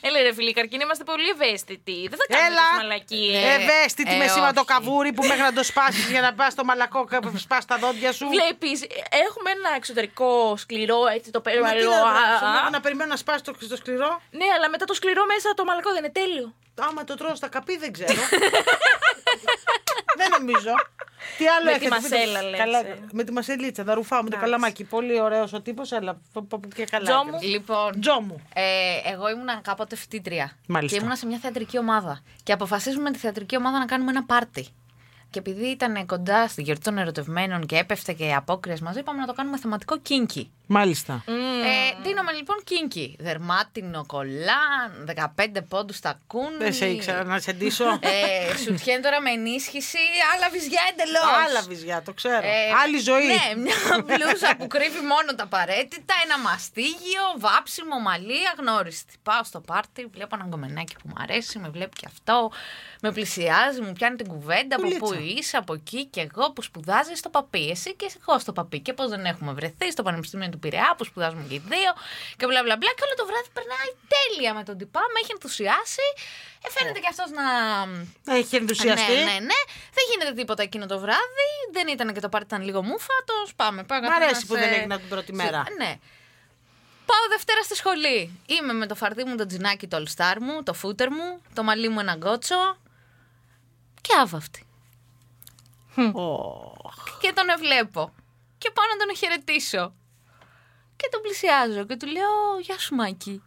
Speaker 4: Έλα ρε φίλοι, καρκίνοι είμαστε πολύ ευαίσθητοι. Δεν θα κάνουμε
Speaker 5: Έλα!
Speaker 4: τις μαλακίες.
Speaker 5: Ευαίσθητη
Speaker 3: ε,
Speaker 5: με σήμα
Speaker 3: όχι.
Speaker 5: το καβούρι που μέχρι να το σπάσεις για να πας στο μαλακό, κα- σπάς τα δόντια σου.
Speaker 4: Βλέπεις, ε, έχουμε ένα εξωτερικό σκληρό έτσι το
Speaker 5: Ε, Μα τι
Speaker 4: περιβαλλό.
Speaker 5: να γράψω, να- Να περιμένω να σπάσει το, στο σκληρό.
Speaker 4: Ναι, αλλά μετά το σκληρό μέσα το μαλακό δεν είναι τέλειο.
Speaker 5: Άμα το τρώω στα καπί δεν ξέρω. δεν νομίζω. Τι άλλο
Speaker 4: Με τη
Speaker 5: έχετε, πείτε μου.
Speaker 4: μασέλα, λέτε.
Speaker 5: με τη μασελίτσα, τα ρουφά μου, το καλαμάκι. Πολύ ωραίος ο τύπος, αλλά π- π- και καλά.
Speaker 4: Τζο
Speaker 5: έκανε.
Speaker 4: μου.
Speaker 3: Λοιπόν,
Speaker 5: Τζο μου.
Speaker 3: Ε, εγώ ήμουνα κάποτε φοιτήτρια.
Speaker 5: Μάλιστα.
Speaker 3: Και ήμουνα σε μια θεατρική ομάδα. Και αποφασίζουμε με τη θεατρική ομάδα να κάνουμε ένα πάρτι. Και επειδή ήταν κοντά στη γιορτή των ερωτευμένων και έπεφτε και απόκριε μαζί, είπαμε να το κάνουμε θεματικό κίνκι.
Speaker 5: Μάλιστα.
Speaker 3: Ε, δίνομαι λοιπόν κίνκι. Δερμάτινο κολάν, 15 πόντους στα κούνη.
Speaker 5: Δεν σε ήξερα να σε ντύσω.
Speaker 3: Ε, σουτιέν τώρα με ενίσχυση, άλλα βυζιά εντελώς.
Speaker 5: Άλλα βυζιά, το ξέρω. Άλλη ζωή.
Speaker 3: Ναι, μια μπλούζα που κρύβει μόνο τα απαραίτητα, ένα μαστίγιο, βάψιμο, μαλλί, αγνώριστη. Πάω στο πάρτι, βλέπω ένα γκομενάκι που μου αρέσει, με βλέπει και αυτό, με πλησιάζει, μου πιάνει την κουβέντα από πού
Speaker 5: Πουλίτσα.
Speaker 3: είσαι, από εκεί και εγώ που σπουδάζει στο παπί. Εσύ και εγώ στο παπί. Και πώς δεν έχουμε βρεθεί στο Πανεπιστήμιο του Πειραιά που σπουδάζουμε και οι δύο και μπλα μπλα μπλα. Και όλο το βράδυ περνάει τέλεια με τον τυπά, με έχει ενθουσιάσει. Ε, φαίνεται
Speaker 5: Ναι.
Speaker 3: και αυτός να
Speaker 5: Έχει ενθουσιαστεί.
Speaker 3: ναι, ναι, ναι. Δεν γίνεται τίποτα εκείνο το βράδυ. Δεν ήταν και το πάρτι, ήταν λίγο μουφα. Το σπάμε. Πάει ο
Speaker 5: Μ' αρέσει
Speaker 3: καθένας,
Speaker 5: που δεν
Speaker 3: ε,
Speaker 5: έγινα την πρώτη
Speaker 3: σε-
Speaker 5: μέρα.
Speaker 3: Ναι. Πάω Δευτέρα στη σχολή. Είμαι με το φαρδί μου, το τζινάκι, το all star μου, το φούτερ μου, το μαλλί μου ένα γκότσο. και άβαυτη.
Speaker 5: Hm.
Speaker 3: Και τον ευλέπω. Και πάω να τον χαιρετήσω. Και τον πλησιάζω και του λέω «Γεια σου Μάκη».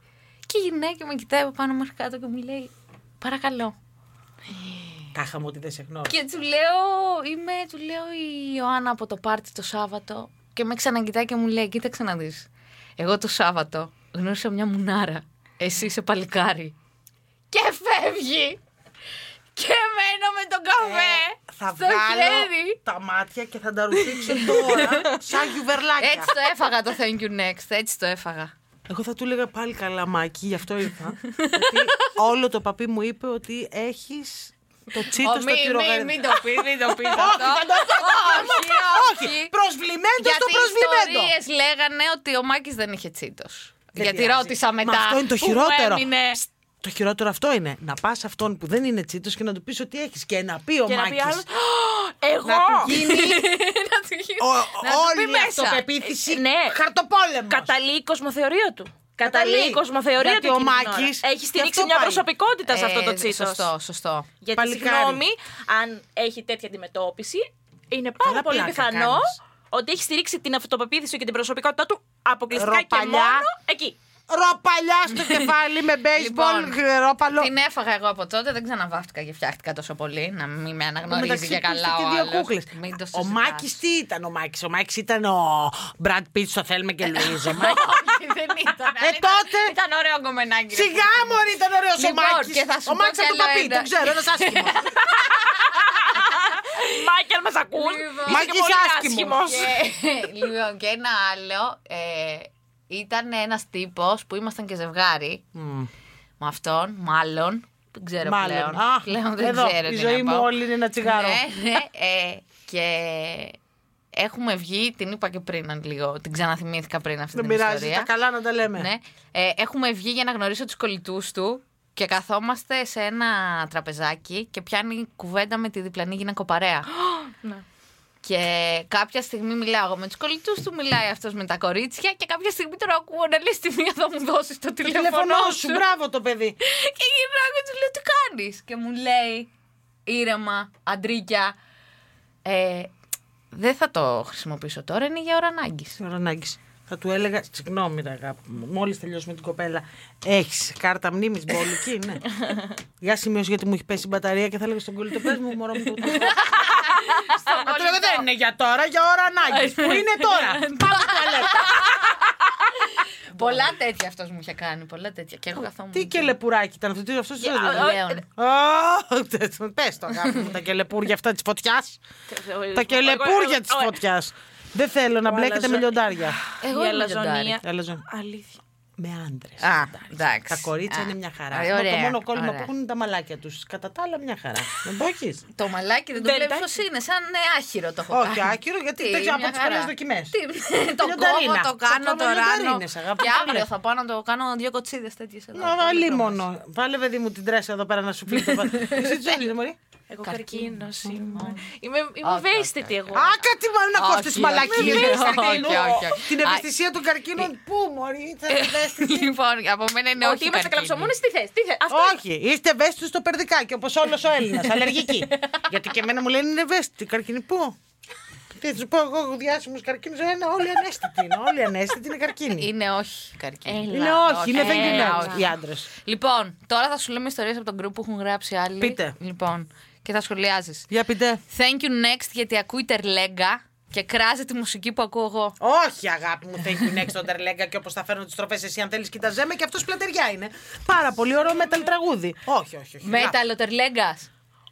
Speaker 3: Και η γυναίκα με κοιτάει από πάνω μέχρι κάτω και μου λέει «Παρακαλώ».
Speaker 5: Τάχα μου ότι δεν σε γνώρισα.
Speaker 3: Και του λέω, είμαι, του λέω η Ιωάννα από το πάρτι το Σάββατο. Και με ξανακοιτάει και μου λέει, κοίταξε να δεις. Εγώ το Σάββατο γνώρισα μια μουνάρα. Εσύ είσαι παλικάρι. Και φεύγει. Και μένω με τον καφέ.
Speaker 5: Ε, Θα
Speaker 3: στο
Speaker 5: βγάλω
Speaker 3: χέρι.
Speaker 5: τα μάτια και θα τα ρουφήξω τώρα σαν γιουβερλάκια.
Speaker 3: Έτσι το έφαγα το thank you next. Έτσι το έφαγα.
Speaker 5: Εγώ θα του έλεγα πάλι καλά, Μάκη, γι' αυτό ήρθα. γιατί όλο το παπί μου είπε ότι έχεις το τσίτο
Speaker 3: Ω,
Speaker 5: στο
Speaker 3: μη- μη-
Speaker 5: τυρογαρίδι.
Speaker 3: Μην το πεις, μην το πεις.
Speaker 5: Όχι, προσβλημένο
Speaker 3: Γιατί
Speaker 5: στο
Speaker 3: οι
Speaker 5: προσβλημένο.
Speaker 3: ιστορίες λέγανε ότι ο Μάκης δεν είχε τσίτος.
Speaker 5: Δεν
Speaker 3: Γιατί
Speaker 5: πειράζει.
Speaker 3: ρώτησα μετά.
Speaker 5: Μα αυτό είναι το
Speaker 3: που
Speaker 5: χειρότερο.
Speaker 3: έμεινε.
Speaker 5: Το χειρότερο αυτό είναι να πας αυτόν που δεν είναι τσίτος και να του πεις ότι έχεις και να πει ο
Speaker 4: Και να πει
Speaker 5: Μάκης.
Speaker 4: άλλος. Εγώ!
Speaker 5: Να του γίνει
Speaker 3: Να του γυρίσω. Να του πει
Speaker 5: όλη η
Speaker 3: μέσα.
Speaker 5: αυτοπεποίθηση
Speaker 4: Ε, ναι.
Speaker 5: χαρτοπόλεμος.
Speaker 4: Καταλύει η κοσμοθεωρία του. Καταλύει η κοσμοθεωρία
Speaker 5: Γιατί
Speaker 4: του.
Speaker 5: ο
Speaker 4: εκείνη την
Speaker 5: Μάκης
Speaker 4: ώρα. Έχει
Speaker 5: γι'
Speaker 4: στηρίξει
Speaker 5: αυτό
Speaker 4: μια
Speaker 5: πάει.
Speaker 4: προσωπικότητα σε αυτό το
Speaker 3: Ε,
Speaker 4: τσίτος.
Speaker 3: Σωστό, σωστό.
Speaker 4: Γιατί
Speaker 5: Παλικάρι.
Speaker 4: συγγνώμη, αν έχει τέτοια αντιμετώπιση, είναι πάρα
Speaker 5: Καλά
Speaker 4: πολύ
Speaker 5: πλάκα
Speaker 4: πιθανό
Speaker 5: κάνεις.
Speaker 4: ότι έχει στηρίξει την αυτοπεποίθηση και την προσωπικότητά του αποκλειστικά και
Speaker 5: Ροπαλιά.
Speaker 4: μόνο εκεί.
Speaker 5: Ροπαλιά στο κεφάλι με baseball,
Speaker 3: Λοιπόν,
Speaker 5: ροπαλό.
Speaker 3: Την έφαγα εγώ από τότε, δεν ξαναβάφτηκα και φτιάχτηκα τόσο πολύ. Να μην με αναγνωρίζει
Speaker 5: Μεταξύ
Speaker 3: και
Speaker 5: του
Speaker 3: καλά
Speaker 5: είστε
Speaker 3: ο
Speaker 5: και δύο
Speaker 3: άλλος.
Speaker 5: κούκλες.
Speaker 3: Μην το
Speaker 5: Ο
Speaker 3: συζητάς.
Speaker 5: Μάκης τι ήταν ο Μάκης. Ο Μάκης ήταν ο Μπραντ Πιτ στο Θέλουμε
Speaker 3: Ε,
Speaker 5: και Λουίζα. Μάκη.
Speaker 3: Όχι, δεν ήταν.
Speaker 5: Ε, τότε.
Speaker 3: Ήταν ωραίο κομμενάκι. ρε
Speaker 5: Σιγά
Speaker 3: παιδί μου.
Speaker 5: μωρή ήταν ωραίος ο
Speaker 3: Λοιπόν,
Speaker 5: Μάκης.
Speaker 3: και θα σου
Speaker 5: Ο
Speaker 3: πω
Speaker 5: Μάκης
Speaker 3: κι
Speaker 5: από τον
Speaker 3: άλλο
Speaker 5: Παπί.
Speaker 3: ένα.
Speaker 5: Τον ξέρω, ένας άσχημος.
Speaker 4: Μάκη, αν μα ακούν.
Speaker 3: Λοιπόν.
Speaker 5: Μάκης, είσαι άσχημο.
Speaker 3: Και- Λοιπόν, και ένα άλλο. ε, Ήταν ένας τύπος που ήμασταν και ζευγάρι με αυτόν, μάλλον. Δεν ξέρω
Speaker 5: Μάλλον.
Speaker 3: πλέον.
Speaker 5: Α,
Speaker 3: πλέον δεν
Speaker 5: εδώ,
Speaker 3: ξέρω
Speaker 5: η
Speaker 3: τι
Speaker 5: ζωή
Speaker 3: να
Speaker 5: μου
Speaker 3: πω.
Speaker 5: όλη είναι ένα τσιγάρο.
Speaker 3: Ναι, ναι, ε, και έχουμε βγει, την είπα και πριν λίγο, την ξαναθυμήθηκα πριν αυτή
Speaker 5: Δεν
Speaker 3: την
Speaker 5: πειράζει,
Speaker 3: ιστορία.
Speaker 5: τα καλά να τα
Speaker 3: Ναι.
Speaker 5: λέμε.
Speaker 3: Ε, έχουμε βγει για να γνωρίσω τους κολλητούς του και καθόμαστε σε ένα τραπεζάκι και πιάνει κουβέντα με τη διπλανή γυναικοπαρέα.
Speaker 5: ναι.
Speaker 3: Και κάποια στιγμή μιλάω εγώ με τους κολλητούς του, μιλάει αυτός με τα κορίτσια και κάποια στιγμή τον ακούω να λέει στη μία θα μου δώσεις το
Speaker 5: Το
Speaker 3: τηλέφωνό
Speaker 5: τηλέφωνό σου, μπράβο το παιδί.
Speaker 3: και γυρνάω και τους λέω τι κάνεις Και μου λέει ήρεμα, αντρίκια. Ε, δεν θα το χρησιμοποιήσω τώρα, είναι για ώρα ανάγκης.
Speaker 5: Τώρα ανάγκης. Θα του έλεγα, συγγνώμη, ρε αγάπη μου, μόλις τελειώσουμε την κοπέλα. Έχεις κάρτα μνήμης μπόλικη, ναι. Για σημειώσει γιατί μου έχει πέσει η μπαταρία και θα έλεγα στον κολλητό πες μου, μωρό μου. που το έχω». Μα του λέγα, δεν είναι για τώρα, για ώρα ανάγκης. Πού είναι τώρα.
Speaker 4: Ναι,
Speaker 5: Πάμε τουαλέτα.
Speaker 3: Πολλά τέτοια αυτός μου είχε κάνει, πολλά τέτοια. Και εγώ καθόμουν.
Speaker 5: Τι κελεπούράκι ήταν αυτός, τι αυτό σου
Speaker 4: α,
Speaker 5: έδινε.
Speaker 4: α,
Speaker 3: Λέων.
Speaker 5: Πες το αγάπη μου, τα κελεπούρια αυτά της φωτιάς. Τα
Speaker 4: Εγώ-
Speaker 5: κελεπούρια
Speaker 4: εγώ-
Speaker 5: τη φωτιάς. Δεν θέλω να μπλέκετε με
Speaker 4: αλαζο-
Speaker 5: λιοντάρια.
Speaker 3: Εγώ
Speaker 4: Η
Speaker 3: είμαι λιοντάρι.
Speaker 4: αλαζονία.
Speaker 5: Έλαζον.
Speaker 4: Αλήθεια.
Speaker 5: Με άντρες.
Speaker 3: Α, εντάξει.
Speaker 5: Τα κορίτσια
Speaker 3: Α,
Speaker 5: είναι μια χαρά.
Speaker 3: ωραία,
Speaker 5: το μόνο κόλλημα
Speaker 3: ωραία.
Speaker 5: που έχουν είναι τα μαλάκια τους. Κατά τα άλλα, μια χαρά. Δεν το έχεις.
Speaker 3: Το μαλάκι δεν το
Speaker 4: Δεν
Speaker 3: βλέπει
Speaker 4: τα-
Speaker 3: πώς είναι, σαν ε, άχυρο το έχω
Speaker 5: Όχι,
Speaker 3: κάνει.
Speaker 5: άκυρο, γιατί
Speaker 3: Τι,
Speaker 5: τέτοια από
Speaker 3: μια
Speaker 5: τις
Speaker 3: χαρά.
Speaker 5: παλιές δοκιμές.
Speaker 3: Τι, Το
Speaker 5: Λιονταρίνα.
Speaker 3: κόβω, το
Speaker 5: Θα
Speaker 3: κάνω, το
Speaker 5: τρώμε
Speaker 3: ράνω.
Speaker 5: λιονταρίνες, αγάπη,
Speaker 3: Και
Speaker 5: τα
Speaker 3: αύριο
Speaker 5: λέμε.
Speaker 3: θα πάω να το κάνω δύο κοτσίδες τέτοιες εδώ.
Speaker 5: Να βάλει μόνο. Βάλε, παιδί μου, την τρέσα εδώ πέρα να σου πει το πα- Εσύ τι ζωή, Μωρή.
Speaker 4: Εγώ
Speaker 3: Καρκίνος
Speaker 4: καρκίνο είμαι. Είμαι, είμαι
Speaker 3: Όχι,
Speaker 4: ευαίσθητη εγώ.
Speaker 5: Α, κάτι μάλλον να κόψει τις
Speaker 3: Όχι,
Speaker 5: μαλακίες.
Speaker 3: όχι, όχι, όχι, όχι.
Speaker 5: Την ευαισθησία των καρκίνων. Πού, Μωρή, θα ευαίσθητη.
Speaker 3: Λοιπόν, από μένα είναι
Speaker 4: Ότι
Speaker 3: όχι.
Speaker 4: είμαστε
Speaker 3: καρκίνο.
Speaker 4: καλαψομούνε, τι θες. Τι θες. Αυτό
Speaker 5: Όχι, είστε ευαίσθητοι στο περδικάκι, όπως όλος ο Έλληνας. Αλλεργική. Γιατί και εμένα μου λένε είναι ευαίσθητη. Καρκίνη πού. Τι θα σου πω, εγώ έχω διάσημους καρκίνους. Ένα, ναι, όλοι ανέστητοι είναι. Όλοι ανέστητοι είναι καρκίνοι.
Speaker 3: Είναι όχι καρκίνο.
Speaker 4: Έλα.
Speaker 5: Είναι όχι, είναι
Speaker 3: όχι,
Speaker 5: δεν
Speaker 3: έλα,
Speaker 5: είναι
Speaker 3: όχι.
Speaker 5: οι άντρες.
Speaker 3: Λοιπόν, τώρα θα σου λέμε ιστορίες από τον group που έχουν γράψει άλλοι.
Speaker 5: Πείτε.
Speaker 3: Λοιπόν, και θα σχολιάζεις.
Speaker 5: Για πείτε.
Speaker 3: Thank you next γιατί ακούει τερλέγκα και κράζει τη μουσική που ακούω εγώ.
Speaker 5: Όχι, αγάπη μου, thank you next τον Τερλέγκα και όπως θα φέρνω τι τροφέ, εσύ αν θέλεις, κοιτάζε με και αυτός πλατεριά είναι. Πάρα πολύ ωραίο metal τραγούδι. Όχι, όχι, όχι.
Speaker 3: Μέταλλο τερλέγκα.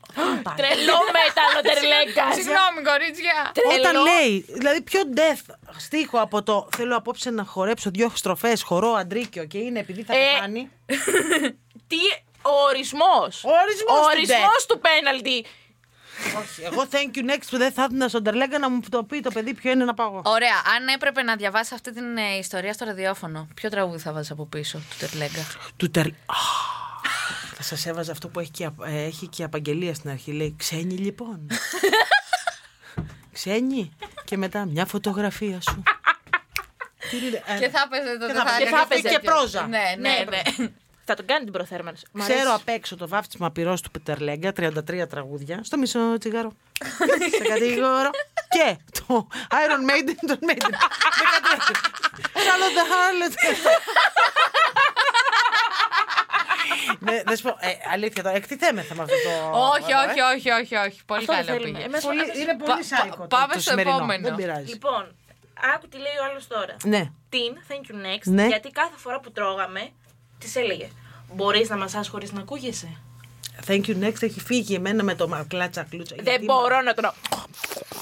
Speaker 4: Τρελό μέταλλο τερλέγκας.
Speaker 3: Συγγνώμη, κορίτσια.
Speaker 5: Όταν λέει, δηλαδή πιο death στίχο από το θέλω απόψε να χορέψω δύο στροφές, χορό αντρίκιο και είναι επειδή θα
Speaker 4: Ε,
Speaker 5: πεθάνει.
Speaker 4: Τι ο ορισμό.
Speaker 5: Ο ορισμός του
Speaker 4: του πέναλτι.
Speaker 5: Όχι. Εγώ thank you next που δεν θα έδινα στον Τερλέγκα να μου το πει το παιδί ποιο είναι να πάω. εγώ.
Speaker 3: Ωραία, αν έπρεπε να διαβάσει αυτή την ε, ιστορία στο ραδιόφωνο, ποιο τραγούδι θα βάζεις από πίσω του τερλέγκα.
Speaker 5: Του Τερ... Α, Θα σας έβαζα αυτό που έχει και, η- ε, έχει και η απαγγελία στην αρχή. Λέει ξένοι λοιπόν. ξένοι. Και μετά μια φωτογραφία σου. Τι λέει, ε,
Speaker 3: Και θα έπαιζε τότε.
Speaker 5: θα- και θα
Speaker 3: έκανα
Speaker 5: έπαιζε
Speaker 3: τέτοιο.
Speaker 5: και πρόζα.
Speaker 3: Ναι, ναι,
Speaker 4: Ναι,
Speaker 3: ναι.
Speaker 4: Θα τον κάνει την προθέρμανση. Μ' αρέσει.
Speaker 5: Ξέρω απ' έξω το βάφτισμα πυρός του Πίτερ Λέγκα, 33 τραγούδια, στο μισό τσιγάρο. Σε κατηγορώ. Και το Iron Maiden, τον Maiden. Σάλλον the Harlot. Ναι, δεν σου πω, ε, αλήθεια, το εκτιθέμεθα με αυτό το.
Speaker 3: Όχι,
Speaker 5: εδώ, ε.
Speaker 3: όχι, όχι, όχι, όχι. Πολύ
Speaker 4: Αυτό δεν
Speaker 3: καλό
Speaker 4: θέλουμε.
Speaker 3: πήγε.
Speaker 4: Εμένα σου
Speaker 5: Πολύ-
Speaker 4: άρεσε.
Speaker 5: Είναι πολύ
Speaker 3: Πα-
Speaker 5: σάικο. το-
Speaker 3: πάμε
Speaker 5: το
Speaker 3: στο
Speaker 5: σημερινό.
Speaker 3: επόμενο.
Speaker 5: Δεν πειράζει.
Speaker 4: Λοιπόν, άκου τι λέει ο άλλος τώρα.
Speaker 5: Ναι.
Speaker 4: Την, thank you next,
Speaker 5: Ναι.
Speaker 4: γιατί κάθε φορά που τρώγαμε, τη έλεγες Μπορείς να μασά χωρίς να ακούγεσαι.
Speaker 5: Thank you next, έχει φύγει εμένα με το μακλάτσα κλούτσα.
Speaker 4: Δεν μπορώ να τρώω.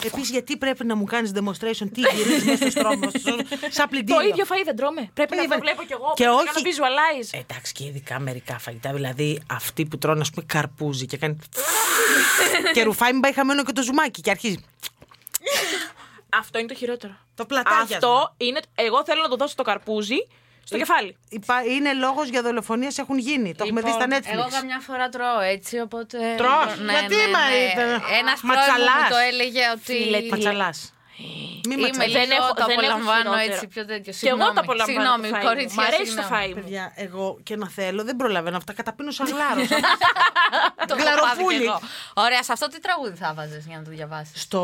Speaker 5: Επίσης, γιατί πρέπει να μου κάνεις demonstration, τι γυρίζει μέσα στο στρώμα σου, σαν
Speaker 4: Το
Speaker 5: πλυντήριο.
Speaker 4: ίδιο φαΐ δεν τρώμε. Πρέπει να
Speaker 5: Είδα-
Speaker 4: το βλέπω κι εγώ.
Speaker 5: Και
Speaker 4: πρέπει
Speaker 5: όχι-
Speaker 4: να κάνω visualize.
Speaker 5: Εντάξει, και ειδικά μερικά φαγητά. Δηλαδή, αυτοί που τρώνε, ας πούμε, καρπούζι και κάνει. και ρουφάει, μην πάει χαμένο και το ζουμάκι και αρχίζει.
Speaker 4: Αυτό είναι το χειρότερο.
Speaker 5: Το πλατάκι.
Speaker 4: Αυτό είναι. Εγώ θέλω να το δώσω το καρπούζι
Speaker 5: Ε.
Speaker 4: στο κεφάλι.
Speaker 5: Είναι λόγος για δολοφονίες έχουν γίνει. Το έχουμε δει στα Netflix.
Speaker 3: Λοιπόν, Εγώ καμιά φορά τρώω έτσι, οπότε. ναι,
Speaker 5: Τρως? Γιατί, μα, ήταν-
Speaker 3: Ένας
Speaker 5: Ματσαλάς.
Speaker 3: μου το έλεγε ότι.
Speaker 5: Φιλέ, ματσαλάς. Μη
Speaker 3: Είμαι
Speaker 5: ματσαλάς.
Speaker 3: λίγο,
Speaker 4: Δεν έχω-
Speaker 3: το
Speaker 4: δεν έχω
Speaker 3: απολαμβάνω
Speaker 4: χειρότερο.
Speaker 3: έτσι πιο τέτοιο.
Speaker 4: Και εγώ
Speaker 3: Συγγνώμη.
Speaker 4: το απολαμβάνω.
Speaker 3: Συγγνώμη,
Speaker 4: το φαΐ μου.
Speaker 3: κορίτσια.
Speaker 4: Μ' αρέσει το
Speaker 3: συγγνώμη.
Speaker 4: φαΐ μου.
Speaker 5: Παιδιά, εγώ και να θέλω, δεν προλαβαίνω αυτά. Καταπίνω σαν γλάρος.
Speaker 3: Το έχω
Speaker 5: Γλαροπούλη.
Speaker 3: πάθει κι εγώ. Ωραία, σε αυτό τι τραγούδι θα βάζεις για να το διαβάσεις.
Speaker 5: Στο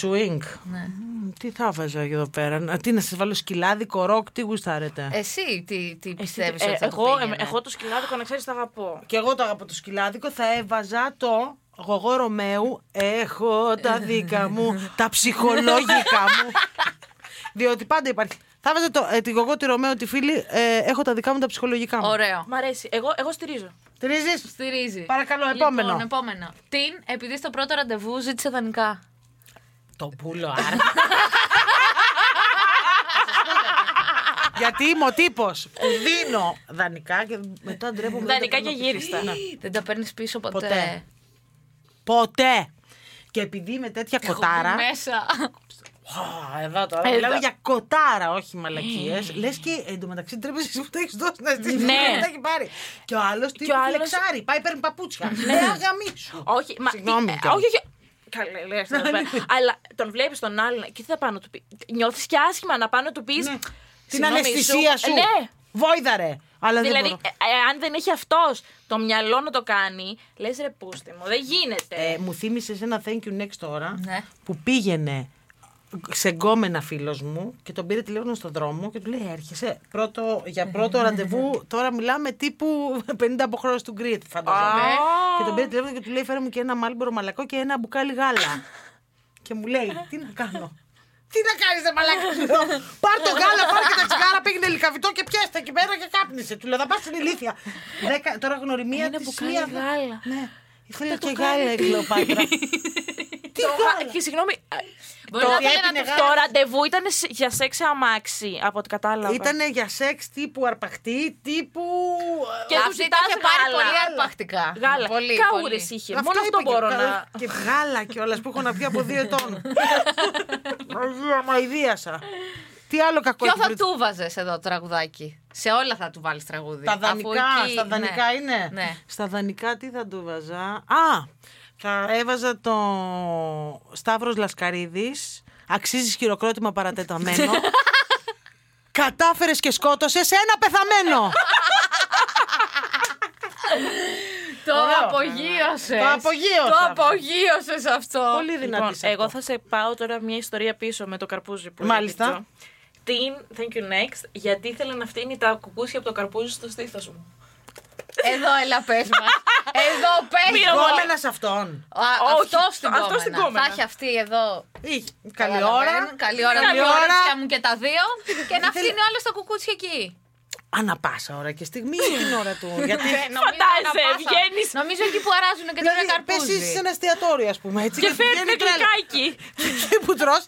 Speaker 5: chewing.
Speaker 3: Ναι.
Speaker 5: Μμ, Τι θα βάζα εδώ πέρα. Να- Τι να σα βάλω σκυλάδι, κορόκ, τι γουστάρετε.
Speaker 3: Εσύ τι, τι πιστεύεις
Speaker 4: Ε,
Speaker 3: ότι θα το
Speaker 4: εγώ,
Speaker 3: πήγαινε?
Speaker 4: ε, εγώ το σκυλάδικο να ξέρεις, τα αγαπώ.
Speaker 5: Και εγώ το αγαπώ το σκυλάδικο, θα έβαζα το γογό Ρωμαίου. Έχω τα δίκα μου, τα ψυχολόγικα μου. Διότι πάντα υπάρχει. Θα έβαζα το, ε, τη γογό τη Ρωμαίου, τη φίλη. ε, έχω τα δικά μου, τα ψυχολογικά μου.
Speaker 3: Ωραίο.
Speaker 4: Μ' αρέσει. Εγώ, εγώ στηρίζω.
Speaker 5: Τρίζεις.
Speaker 3: Στηρίζει.
Speaker 5: Παρακαλώ, επόμενο.
Speaker 3: Λοιπόν, επόμενο. Την, επειδή στο πρώτο ραντεβού ζήτησε δανεικά.
Speaker 5: Το πουλο, άρα. Γιατί είμαι ο τύπος που δίνω δανεικά και μετά ντρέπομαι. δεν τα
Speaker 4: Δανεικά
Speaker 5: παίρνω
Speaker 4: και
Speaker 5: πίσω.
Speaker 4: γύριστα.
Speaker 5: Ναι.
Speaker 3: Δεν τα παίρνεις πίσω ποτέ.
Speaker 5: Ποτέ. Ποτέ. Και επειδή είμαι τέτοια κοτάρα.
Speaker 3: Μέσα.
Speaker 5: Α, εδώ τώρα.
Speaker 4: Ε,
Speaker 5: Μιλάμε για κοτάρα, όχι μαλακίες. Λες και εντωμεταξύ τρέπεσαι εσύ που το έχεις δώσει να ζητήσεις.
Speaker 4: Ναι.
Speaker 5: Ναι. Τα έχει πάρει. Και ο άλλος τι
Speaker 4: Και ο άλλος-
Speaker 5: φλεξάρει. Πάει, παίρνει παπούτσια. Ναι, αγαμί σου.
Speaker 4: Όχι, μα.
Speaker 5: Συγγνώμη Ναι,
Speaker 4: ε,
Speaker 5: κιόλας.
Speaker 4: όχι, όχι. Καλέ, λέει αυτό. ναι. Αλλά τον βλέπεις τον άλλον και τι θα πάνω του πεις. Νιώθεις και άσχημα να πάνω του πεις.
Speaker 5: Ναι. Την αναισθησία σου.
Speaker 4: Ναι.
Speaker 5: Βόηδαρε. Αλλά δεν
Speaker 4: Δηλαδή,
Speaker 5: μπορώ.
Speaker 4: ε, ε, αν δεν έχει αυτός το μυαλό να το κάνει, λες ρε πούστε μου, δεν γίνεται.
Speaker 5: Ε, μου θύμισες ένα thank you next τώρα
Speaker 3: Ναι.
Speaker 5: που πήγαινε σε γκόμενα φίλος μου και τον πήρε τηλέφωνο στον δρόμο και του λέει: Έρχεσαι πρώτο, για πρώτο ραντεβού. Τώρα μιλάμε τύπου 50 αποχρώσει του Γκριτ, φανταζόμαι.
Speaker 4: Α.
Speaker 5: Και τον πήρε τηλέφωνο και του λέει: Φέρε μου και ένα μάλμπορο μαλακό και ένα μπουκάλι γάλα. και μου λέει: Τι να κάνω. Τι να κάνεις, δε μαλάκα. του λέω. Πάρ το γάλα, πάρ και τα τσιγάρα, πήγαινε λικαβιτό και πιέστε εκεί πέρα και κάπνισε. Του λέω: Θα πας στην ηλίθεια. Δέκα- Τώρα γνωριμία
Speaker 4: Ένα
Speaker 5: της
Speaker 4: μπουκάλι
Speaker 5: μία-
Speaker 4: γάλα.
Speaker 5: Ναι. Ήθελε και γάλα η Κλεοπάτρα. Τι
Speaker 4: Το γα-
Speaker 5: γάλα.
Speaker 4: Και συγγνώμη, ε, α,
Speaker 3: Μπορεί
Speaker 5: Το
Speaker 3: να
Speaker 5: διέπινε
Speaker 3: θέλει να το
Speaker 5: γάλα.
Speaker 4: το ραντεβού ήταν σε- για σεξ σε αμάξι, από ό,τι κατάλαβα.
Speaker 5: Ήτανε για σεξ τύπου αρπαχτή, τύπου.
Speaker 4: Και του
Speaker 3: Αυτή
Speaker 4: ζητά
Speaker 3: τα είχε πάρει πολύ
Speaker 4: γάλα.
Speaker 3: αρπακτικά.
Speaker 4: Γάλα.
Speaker 3: Πολύ,
Speaker 4: Κάουρες
Speaker 3: πολύ.
Speaker 4: είχε. Μόνο αυτό
Speaker 5: είπα ε, και-
Speaker 4: μπορώ να.
Speaker 5: Και γάλα κιόλας που έχω να πιω από δύο ετών. Αγία, μα ιδίασα. Τι άλλο κακό
Speaker 3: Ποιο
Speaker 5: έχει
Speaker 3: θα
Speaker 5: βρει-
Speaker 3: του βάζες εδώ τραγουδάκι. Σε όλα θα του βάλεις τραγούδι.
Speaker 5: Τα
Speaker 3: Αφού
Speaker 5: δανεικά,
Speaker 3: εκεί-
Speaker 5: στα δανεικά
Speaker 3: ναι.
Speaker 5: είναι.
Speaker 3: Ναι.
Speaker 5: Στα δανεικά τι θα του βάζα. Α, θα έβαζα το Σταύρος Λασκαρίδης. Αξίζεις χειροκρότημα παρατεταμένο. Κατάφερες και σκότωσες ένα πεθαμένο.
Speaker 3: Το
Speaker 5: Ωραίο.
Speaker 3: απογείωσε.
Speaker 5: Το απογείωσα.
Speaker 3: Το απογείωσε αυτό.
Speaker 5: Πολύ δυνατή
Speaker 4: Λοιπόν,
Speaker 5: σε αυτό.
Speaker 4: εγώ θα σε πάω τώρα μια ιστορία πίσω με το καρπούζι που
Speaker 5: Μάλιστα.
Speaker 4: έπαιξα. Την thank you next, γιατί ήθελε να φτύνει τα κουκούσια από το καρπούζι στο στήθος μου.
Speaker 3: Εδώ έλα πες μας. Εδώ πες
Speaker 4: Μύρο.
Speaker 5: Γκόμενα αυτόν.
Speaker 4: Όχι,
Speaker 3: Αυτός στην
Speaker 4: αυτός στην
Speaker 3: κόμενα.
Speaker 4: κόμενα.
Speaker 3: Θα έχει αυτή εδώ.
Speaker 5: Είχε. Καλή
Speaker 3: καταλαβαίνουν.
Speaker 5: ώρα.
Speaker 3: Καλή ώρα.
Speaker 5: Καλή
Speaker 3: Καλή
Speaker 5: ώρα.
Speaker 3: ώρα. μου και τα δύο. Και να φτύνει ο άλλος το κουκούτσι εκεί.
Speaker 5: Ανά πάσα ώρα και στιγμή ή την ώρα του. Γιατί
Speaker 3: Ε,
Speaker 4: Φαντάζεσαι,
Speaker 3: Νομίζω να πάσα.
Speaker 4: βγαίνεις-
Speaker 3: Νομίζω εκεί που αράζουν και
Speaker 5: δηλαδή
Speaker 3: τρώνε καρπούζι.
Speaker 5: πέσεις σε ένα εστιατόριο ας πούμε έτσι.
Speaker 4: Και
Speaker 5: βγαίνει
Speaker 4: φέρνει
Speaker 5: τρέλα.
Speaker 4: γλυκάκι.
Speaker 5: Εκεί που τρως.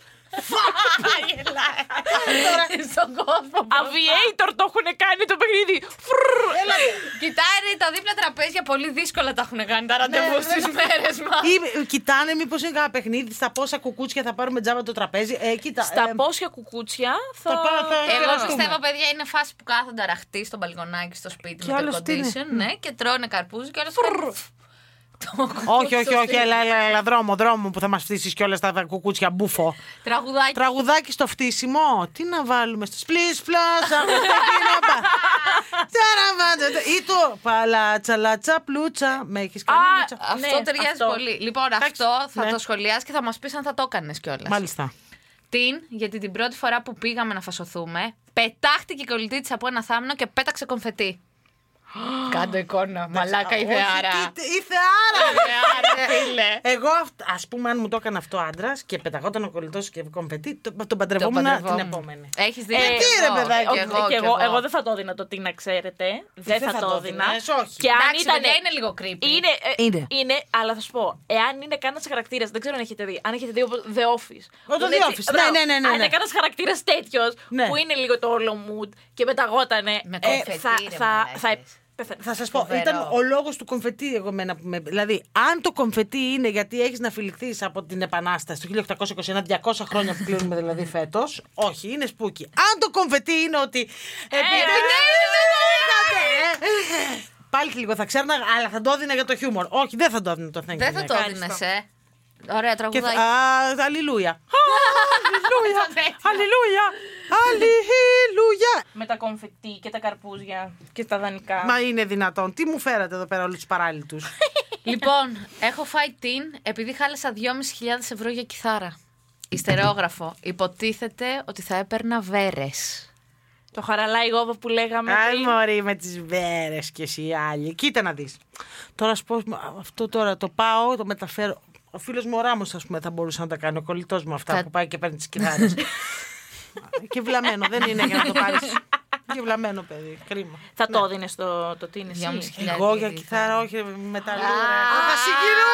Speaker 5: Τώρα,
Speaker 3: Στον κόσμο.
Speaker 4: Aviator το έχουν κάνει το παιχνίδι. Φρρρ.
Speaker 3: Κοιτάει τα δίπλα τραπέζια πολύ δύσκολα τα έχουν κάνει τα ραντεβού στις μέρες μας.
Speaker 5: Ναι, Ή κοιτάνε μήπως είναι κανένα παιχνίδι, στα πόσα κουκούτσια θα πάρουμε τζάμπα το τραπέζι. Ε, κοίτα,
Speaker 4: Στα
Speaker 5: ε,
Speaker 4: πόσια κουκούτσια θα.
Speaker 5: Θα πάω, θα-
Speaker 3: Εγώ
Speaker 5: Ευχαριστούμε.
Speaker 3: πιστεύω, παιδιά, είναι φάση που κάθονται αραχτοί στο μπαλκονάκι στο σπίτι με
Speaker 5: Και
Speaker 3: το
Speaker 5: άλλος
Speaker 3: air
Speaker 5: τι είναι.
Speaker 3: condition, ναι, και τρώνε καρπούζι και όλο. αυτό.
Speaker 5: όχι, όχι, όχι, έλα, έλα, έλα, δρόμο, δρόμο που θα μας φτύσεις και όλα αυτά τα κουκούτσια μπουφο.
Speaker 3: Τραγουδάκι.
Speaker 5: Τραγουδάκι στο φτύσιμο. Τι να βάλουμε στο σπλις πλάσα. Ή το παλατσαλατσα πλούτσα. Με έχεις κάνει λούτσα.
Speaker 3: Αυτό
Speaker 4: ναι,
Speaker 3: ταιριάζει
Speaker 4: αυτό.
Speaker 3: πολύ. Λοιπόν, αυτό θα
Speaker 5: ναι.
Speaker 3: το σχολιάσει και θα μας πεις αν θα το έκανες κιόλας.
Speaker 5: Μάλιστα.
Speaker 3: Την, γιατί την πρώτη φορά που πήγαμε να φασωθούμε, πετάχτηκε η κολλητή της από ένα θάμνο και πέταξε κονφετή. Κάντο εικόνα, μαλάκα
Speaker 5: Όχι,
Speaker 3: ιδεάρα.
Speaker 5: τι- τι- Ιδεάρα.
Speaker 3: Ιδεάρα, φίλε.
Speaker 5: Εγώ, ας πούμε, αν μου το έκανε αυτό άντρας και πεταγόταν ο κολλητός και κομπετή, το- τον παντρευόμουν την επόμενη.
Speaker 3: Έχεις δίκιο. και
Speaker 4: Γιατί,
Speaker 5: ρε,
Speaker 3: εγώ,
Speaker 5: παιδάκι,
Speaker 3: και εγώ,
Speaker 4: Ε, και
Speaker 3: και
Speaker 4: εγώ, εγώ δεν θα το δίνα το τι να ξέρετε. Δεν
Speaker 5: Δεν
Speaker 4: θα,
Speaker 5: θα το
Speaker 4: το δίνα.
Speaker 5: δίνες, όχι.
Speaker 4: Και αν
Speaker 3: Εντάξει,
Speaker 4: ήταν.
Speaker 3: παιδιά, είναι λίγο creepy.
Speaker 4: Είναι, ε,
Speaker 5: Ναι. Είναι.
Speaker 4: είναι. αλλά θα σου πω, εάν είναι κανένας χαρακτήρας, δεν ξέρω αν έχετε δει. Αν έχετε δει όπως The Office. Που
Speaker 5: Ο, το The
Speaker 4: έτσι-
Speaker 5: Office, ναι,
Speaker 4: μπράβο.
Speaker 5: ναι, ναι, ναι,
Speaker 4: Αν
Speaker 5: ναι.
Speaker 4: είναι κανένας χαρακτήρας τέτοιος
Speaker 5: Ναι.
Speaker 4: που είναι λίγο το όλο mood και μεταγότανε.
Speaker 3: Με
Speaker 4: ε,
Speaker 3: κονφετή,
Speaker 4: θα,
Speaker 3: ρε,
Speaker 4: θα,
Speaker 3: μαλάκες.
Speaker 4: θα, πεθαίνω.
Speaker 5: Θα σας πω,
Speaker 3: Φοβερό.
Speaker 5: ήταν ο λόγος του κομφετή εγώ μένα. που με- Δηλαδή, αν το κομφετή είναι γιατί έχεις να φιληχθείς από την Επανάσταση του 1821, 200 χρόνια που κλείνουμε δηλαδή φέτος, όχι, είναι σπούκι. Αν το κομφετή είναι ότι.
Speaker 3: Ε,
Speaker 5: επειδή-
Speaker 3: ναι,
Speaker 5: Ε, Πάλι και λίγο θα ξέρνα, αλλά θα το έδινα για το χιούμορ. Όχι, δεν θα το έδινα το thank you.
Speaker 3: Δεν θα
Speaker 5: next.
Speaker 3: το δίνε, ε. Ωραία,
Speaker 5: Και θα-
Speaker 3: τραγουδάκι.
Speaker 5: α, Αλληλούια. Αλληλούια.
Speaker 3: Το τέτοιο.
Speaker 5: Αλληλούια. Αλληλούια.
Speaker 4: Με τα κομφετή και τα καρπούζια και τα δανεικά.
Speaker 5: Μα είναι δυνατόν. Τι μου φέρατε εδώ πέρα όλους τους παράλληλους.
Speaker 3: Λοιπόν, έχω φάει την επειδή χάλασα 2.500 ευρώ για κιθάρα. Ιστερόγραφο. Υποτίθεται ότι θα έπαιρνα βέρες.
Speaker 4: Το χαραλάι γόβα που λέγαμε.
Speaker 5: Άι,
Speaker 4: πριν.
Speaker 5: μωρή, με τις βέρες κι εσύ οι άλλοι. Κοίτα να δεις. Τώρα σου πω, αυτό τώρα το πάω, το μεταφέρω. Ο φίλος μου ο Ράμος, ας πούμε, θα μπορούσε να τα κάνει. Ο κολλητός μου αυτά
Speaker 3: Θα-
Speaker 5: που πάει και παίρνει τις κινάρε. και βλαμμένο, δεν είναι για να το πάρεις. και βλαμμένο, παιδί. Κρίμα.
Speaker 4: Θα το έδινε το, το τι είναι εσύ.
Speaker 3: 2.500
Speaker 5: Εγώ για κιθάρα, όχι, μετά λέω. ρε.
Speaker 3: Α.
Speaker 5: Θα συγκινώ!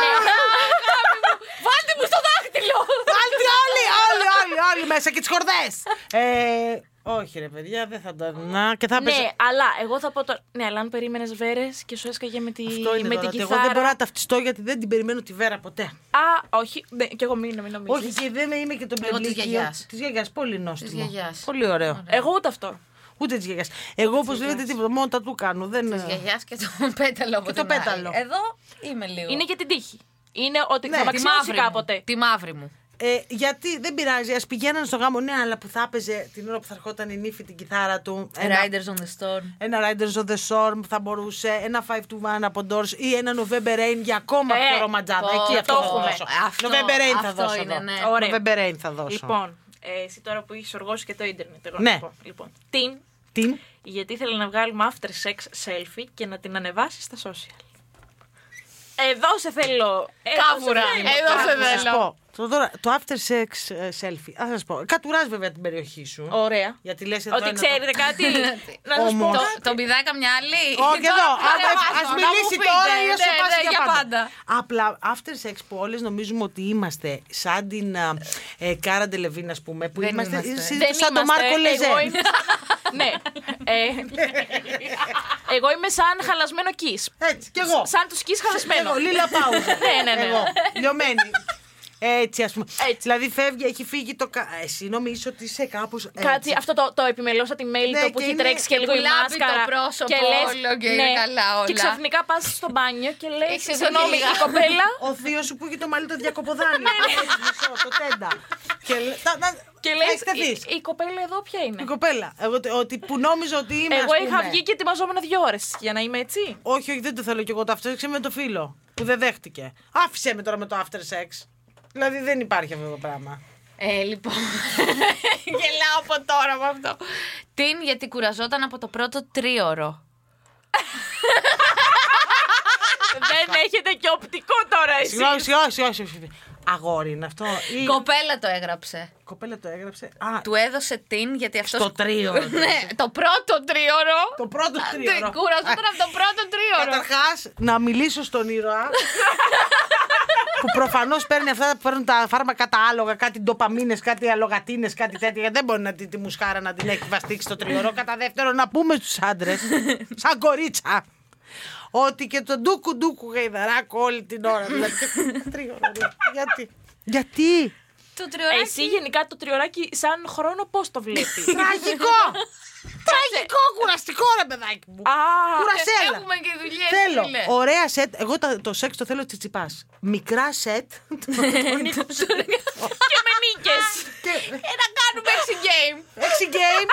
Speaker 3: Βάλτε μου στο δάχτυλο!
Speaker 5: Άλλοι, όλοι, όλοι, όλοι, όλοι μέσα και τις χορδές. ε, όχι, ρε παιδιά, δεν θα το. Να, και θα
Speaker 4: Ναι,
Speaker 5: παίζω.
Speaker 4: αλλά εγώ θα πω τώρα. Ναι, αλλά αν περίμενες βέρες και σου έσκαγε με, τη,
Speaker 5: Αυτό είναι
Speaker 4: με την
Speaker 5: τώρα, ότι
Speaker 4: κιθάρα.
Speaker 5: Εγώ δεν μπορώ να ταυτιστώ γιατί δεν την περιμένω τη Βέρα ποτέ.
Speaker 4: Α, όχι. Ναι, και εγώ μην, μην νομίζεις.
Speaker 5: Όχι, και δεν είμαι και τον
Speaker 3: Εγώ της
Speaker 5: πλευλίκιο.
Speaker 3: γιαγιάς.
Speaker 5: Της γιαγιάς, πολύ νόστιμο.
Speaker 3: Της γιαγιάς.
Speaker 5: Πολύ ωραίο.
Speaker 4: Εγώ ούτε αυτό.
Speaker 5: Ούτε της γιαγιάς. Εγώ, όπως βλέπετε, τίποτα. Μόνο τα του κάνω. Δεν...
Speaker 3: Της γιαγιάς και το πέταλο από
Speaker 5: Και το
Speaker 3: την άλλη.
Speaker 5: πέταλο.
Speaker 3: Εδώ είμαι λίγο. Ε,
Speaker 4: Είναι για την τύχη. Είναι ότι
Speaker 5: Ναι,
Speaker 4: θα
Speaker 5: τη
Speaker 4: μαξιώσει
Speaker 3: μου.
Speaker 4: κάποτε.
Speaker 3: Τη μαύρη μου.
Speaker 5: Ε, γιατί δεν πειράζει, ας πηγαίνανε στο γάμο, ναι, αλλά που θα έπαιζε την ώρα που θα ερχόταν η νύφη την κιθάρα του.
Speaker 3: Riders on the Storm.
Speaker 5: Ένα Riders of the Storm που θα μπορούσε, ένα 5 to 1 από Doors ή ένα November Rain για ακόμα
Speaker 4: Ε,
Speaker 5: πιο ρομαντζάδα.
Speaker 3: πω,
Speaker 5: Εκεί αυτό
Speaker 4: το
Speaker 5: θα
Speaker 4: έχουμε.
Speaker 5: δώσω.
Speaker 3: Αυτό-
Speaker 5: November Rain θα
Speaker 3: αυτό
Speaker 5: δώσω.
Speaker 3: είναι,
Speaker 5: εδώ.
Speaker 3: ναι.
Speaker 4: Ωραία.
Speaker 5: November Rain θα δώσω.
Speaker 4: Λοιπόν, ε, εσύ τώρα που έχεις οργώσει και το ίντερνετ, εγώ
Speaker 5: Ναι.
Speaker 4: να πω. Λοιπόν, την,
Speaker 5: Την.
Speaker 4: γιατί ήθελε να βγάλουμε after sex selfie και να την ανεβάσεις στα social. Εδώ σε θέλω. Εδώ
Speaker 3: Κάβουρα.
Speaker 4: σε θέλω.
Speaker 3: Εδώ σε
Speaker 5: Θα σας
Speaker 3: θέλω.
Speaker 5: πω. Το, τώρα, το after sex ε, selfie. Ας σας πω. Κατουράς βέβαια την περιοχή σου.
Speaker 4: Ωραία.
Speaker 5: Γιατί λες εδώ
Speaker 4: Ότι
Speaker 5: είναι
Speaker 4: ξέρετε κάτι. να σας πω.
Speaker 5: Όμως-
Speaker 3: Το, τον πηδάει καμιά άλλη.
Speaker 5: Το... Όχι εδώ.
Speaker 3: Τώρα
Speaker 5: Α
Speaker 3: παρεμβάζω,
Speaker 5: ας
Speaker 3: να μου
Speaker 5: μιλήσει
Speaker 3: πείτε.
Speaker 5: τώρα ή ας σου
Speaker 3: Ναι,
Speaker 5: πάσει
Speaker 3: ναι,
Speaker 5: για πάντα. Απλά after sex που όλες νομίζουμε ότι είμαστε σαν την α, ε, Κάρα Ντελεβίν, ας πούμε. Που
Speaker 3: Δεν
Speaker 5: είμαστε.
Speaker 3: είμαστε.
Speaker 5: συνήθως
Speaker 4: Δεν
Speaker 5: σαν το
Speaker 4: είμαστε.
Speaker 5: Μάρκο Λεζέ.
Speaker 4: Εγώ είμαι σαν- ναι. Ε, εγώ είμαι σαν χαλασμένο kiss.
Speaker 5: Έτσι κι εγώ.
Speaker 4: Σαν τους kiss χαλασμένο.
Speaker 5: Εγώ, Λίλα Πάουζα.
Speaker 4: Ναι, ναι, ναι.
Speaker 5: Εγώ, λιωμένη. Έτσι, ας πούμε.
Speaker 4: Έτσι.
Speaker 5: Δηλαδή, φεύγει, έχει φύγει το. κα- ε, Εσύ νομίζεις ότι είσαι κάπως.
Speaker 4: Κάτσε, αυτό το, το επιμελώσα τη μέλη
Speaker 5: Ναι,
Speaker 4: το που
Speaker 5: και
Speaker 4: έχει
Speaker 5: είναι-
Speaker 4: τρέξει και λίγο η
Speaker 3: πουλάπι το
Speaker 4: μάσκαρα.
Speaker 3: πρόσωπο όλο και είναι καλά όλα.
Speaker 4: Και ξαφνικά πας στο μπάνιο και λέει:
Speaker 3: Έχεις εδώ
Speaker 4: Συγγνώμη,
Speaker 3: λίγα».
Speaker 4: η κοπέλα.
Speaker 5: Ο θείος σου που έχει το μαλλί το
Speaker 4: Ναι,
Speaker 5: διακοποδάνι. Έτσι, μισό, το τέντα. Και λέ- τα- τα-
Speaker 4: Και ε,
Speaker 5: θα έχετε
Speaker 4: λέει:
Speaker 5: δεις.
Speaker 4: η, η κοπέλα εδώ ποια είναι.
Speaker 5: Η κοπέλα. Εγώ, ότι- ότι που νόμιζα ότι είμαι.
Speaker 4: Εγώ
Speaker 5: ας
Speaker 4: είχα
Speaker 5: πούμε.
Speaker 4: βγει και ετοιμαζόμουν δύο ώρες για να είμαι έτσι.
Speaker 5: Όχι, όχι, δεν το θέλω κι εγώ το after sex. Είμαι με το φίλο που δεν δέχτηκε. Άφησε με τώρα με το after sex. Δηλαδή δεν υπάρχει αυτό το πράγμα.
Speaker 3: Ε, λοιπόν. Γελάω από τώρα με αυτό. Την γιατί κουραζόταν από το πρώτο τρίωρο.
Speaker 4: Δεν έχετε και οπτικό τώρα
Speaker 3: Ε,
Speaker 4: εσύ.
Speaker 5: Συγγνώμη, συγγνώμη, συγγνώμη, συγγνώμη. Αγόρι είναι αυτό. Η
Speaker 3: Κοπέλα το έγραψε.
Speaker 5: κοπέλα το έγραψε. Α,
Speaker 3: Του έδωσε την γιατί αυτός.
Speaker 5: το τρίο.
Speaker 3: ναι, το πρώτο τρίωρο.
Speaker 5: το πρώτο τρίο.
Speaker 3: Την κουραζόταν από το πρώτο τρίωρο.
Speaker 5: Καταρχάς, να μιλήσω στον ήρωα. που προφανώς παίρνει αυτά που παίρνουν τα φάρμακα τα άλογα, κάτι ντοπαμίνες, κάτι αλογατίνες, κάτι τέτοια. Γιατί δεν μπορεί να τη, τη μουσχάρα να την έχει βαστίξει το τριωρό. Κατά δεύτερο, να πούμε στους άντρες, σαν κορίτσα, ότι και τον ντούκου ντούκου γαϊδαράκο όλη την ώρα. Δηλαδή, τριωρό, ρε. δηλαδή, γιατί. Γιατί.
Speaker 4: Ε,
Speaker 3: Το τριωράκι.
Speaker 4: Εσύ γενικά το τριωράκι σαν χρόνο πώς το βλέπεις.
Speaker 5: Τραγικό! Τραγικό, κουραστικό ρε παιδάκι μου.
Speaker 4: Α,
Speaker 5: Κουρασέλα.
Speaker 3: Έχουμε και δουλειές.
Speaker 5: Θέλω ωραία σετ. Εγώ τα- το σεξ το θέλω τσιτσιπά. Μικρά σετ. Τον ήχοψε.
Speaker 4: και με νίκες.
Speaker 5: Και-
Speaker 3: Ε, να κάνουμε έξι game.
Speaker 5: Έξι game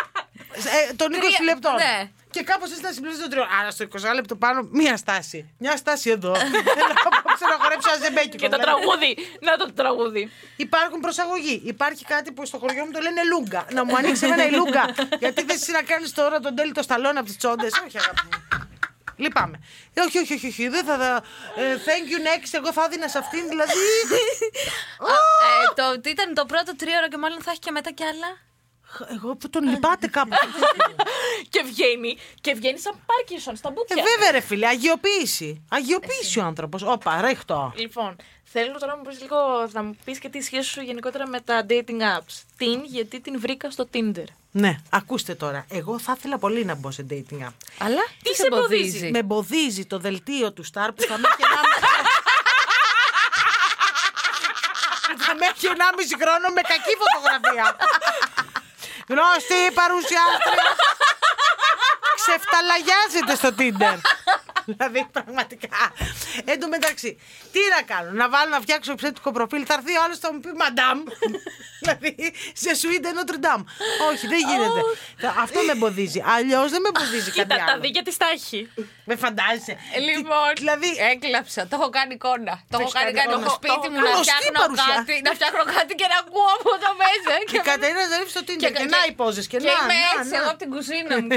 Speaker 5: ε, των 20
Speaker 3: Τρία,
Speaker 5: λεπτών.
Speaker 3: ναι.
Speaker 5: Και κάπως έτσι να συμπληρώσει το τριό. Άρα στο 20 λεπτό πάνω, μία στάση. Μια στάση εδώ. Θέλω απόψε να χορέψω ένα ζεμπέκι.
Speaker 4: Και το τραγούδι. Να το τραγούδι.
Speaker 5: Υπάρχουν προσαγωγοί. Υπάρχει κάτι που στο χωριό μου το λένε Λούγκα. Να μου ανοίξει εμένα η Λούγκα. Γιατί δεν εσύ να κάνεις τώρα τον τέλειο το σταλόν από τις τσόντες. Όχι, αγάπη μου. Λυπάμαι. Ε, όχι, όχι, όχι, όχι. Δεν θα. θα- ε, thank you next. Εγώ θα έδινα σε αυτήν, δηλαδή.
Speaker 3: Α, ε, το- τι ήταν το πρώτο τρίωρο και μάλλον θα έχει και μετά κι άλλα.
Speaker 5: Εγώ που τον λυπάται κάπου.
Speaker 4: Και βγαίνει. Και βγαίνει σαν Πάρκινσον στα
Speaker 5: ε,
Speaker 4: μπουκιά.
Speaker 5: βέβαια, ρε φίλε, αγιοποίηση. Αγιοποίηση ο άνθρωπος. Όπα, ρίχτω.
Speaker 4: Λοιπόν, θέλω τώρα να μου πεις λίγο, θα μου πεις και τη σχέση σου γενικότερα με τα dating apps. Την, γιατί την βρήκα στο Tinder.
Speaker 5: Ναι, ακούστε τώρα. Εγώ θα ήθελα πολύ να μπω σε dating app.
Speaker 3: Αλλά τι,
Speaker 4: σε
Speaker 3: σε
Speaker 4: εμποδίζει?
Speaker 3: εμποδίζει.
Speaker 5: Με εμποδίζει το δελτίο του Σταρ που θα με έχει 1,5 Θα με έχει 1,5 χρόνο με κακή φωτογραφία. Γνώστη παρουσιάστρια. Ξεφταλαγιάζεται στο Tinder. δηλαδή, πραγματικά. Εν τω μεταξύ, τι να κάνω, να βάλω να φτιάξω ψεύτικο προφίλ, θα έρθει ο άλλος θα μου πει μαντάμ. δηλαδή, σε Σουίτε Notre Dame. Όχι, δεν γίνεται. Αυτό με εμποδίζει. Αλλιώς δεν με εμποδίζει κάτι
Speaker 4: Κοίτα, τα
Speaker 5: άλλο.
Speaker 4: δίκαια της τα έχει.
Speaker 5: Με φαντάζεσαι.
Speaker 3: Λοιπόν,
Speaker 5: Τι- δηλαδή-
Speaker 3: έκλαψα. Το έχω κάνει εικόνα. Το έχω
Speaker 5: έχεις
Speaker 3: κάνει
Speaker 5: κάνει
Speaker 3: κάνει
Speaker 5: εικόνα.
Speaker 3: στο σπίτι
Speaker 5: Το-
Speaker 3: μου να
Speaker 5: Καλωστή
Speaker 3: φτιάχνω
Speaker 5: παρουσία.
Speaker 3: κάτι, να φτιάχνω κάτι και να ακούω από το μέσα.
Speaker 5: Η Κατερίνα Ζαρίφ στο Tinder. Και να οι πόζες, Και
Speaker 3: Και
Speaker 5: να.
Speaker 3: είμαι
Speaker 5: να,
Speaker 3: έτσι
Speaker 5: να.
Speaker 3: εγώ από την κουζίνα μου.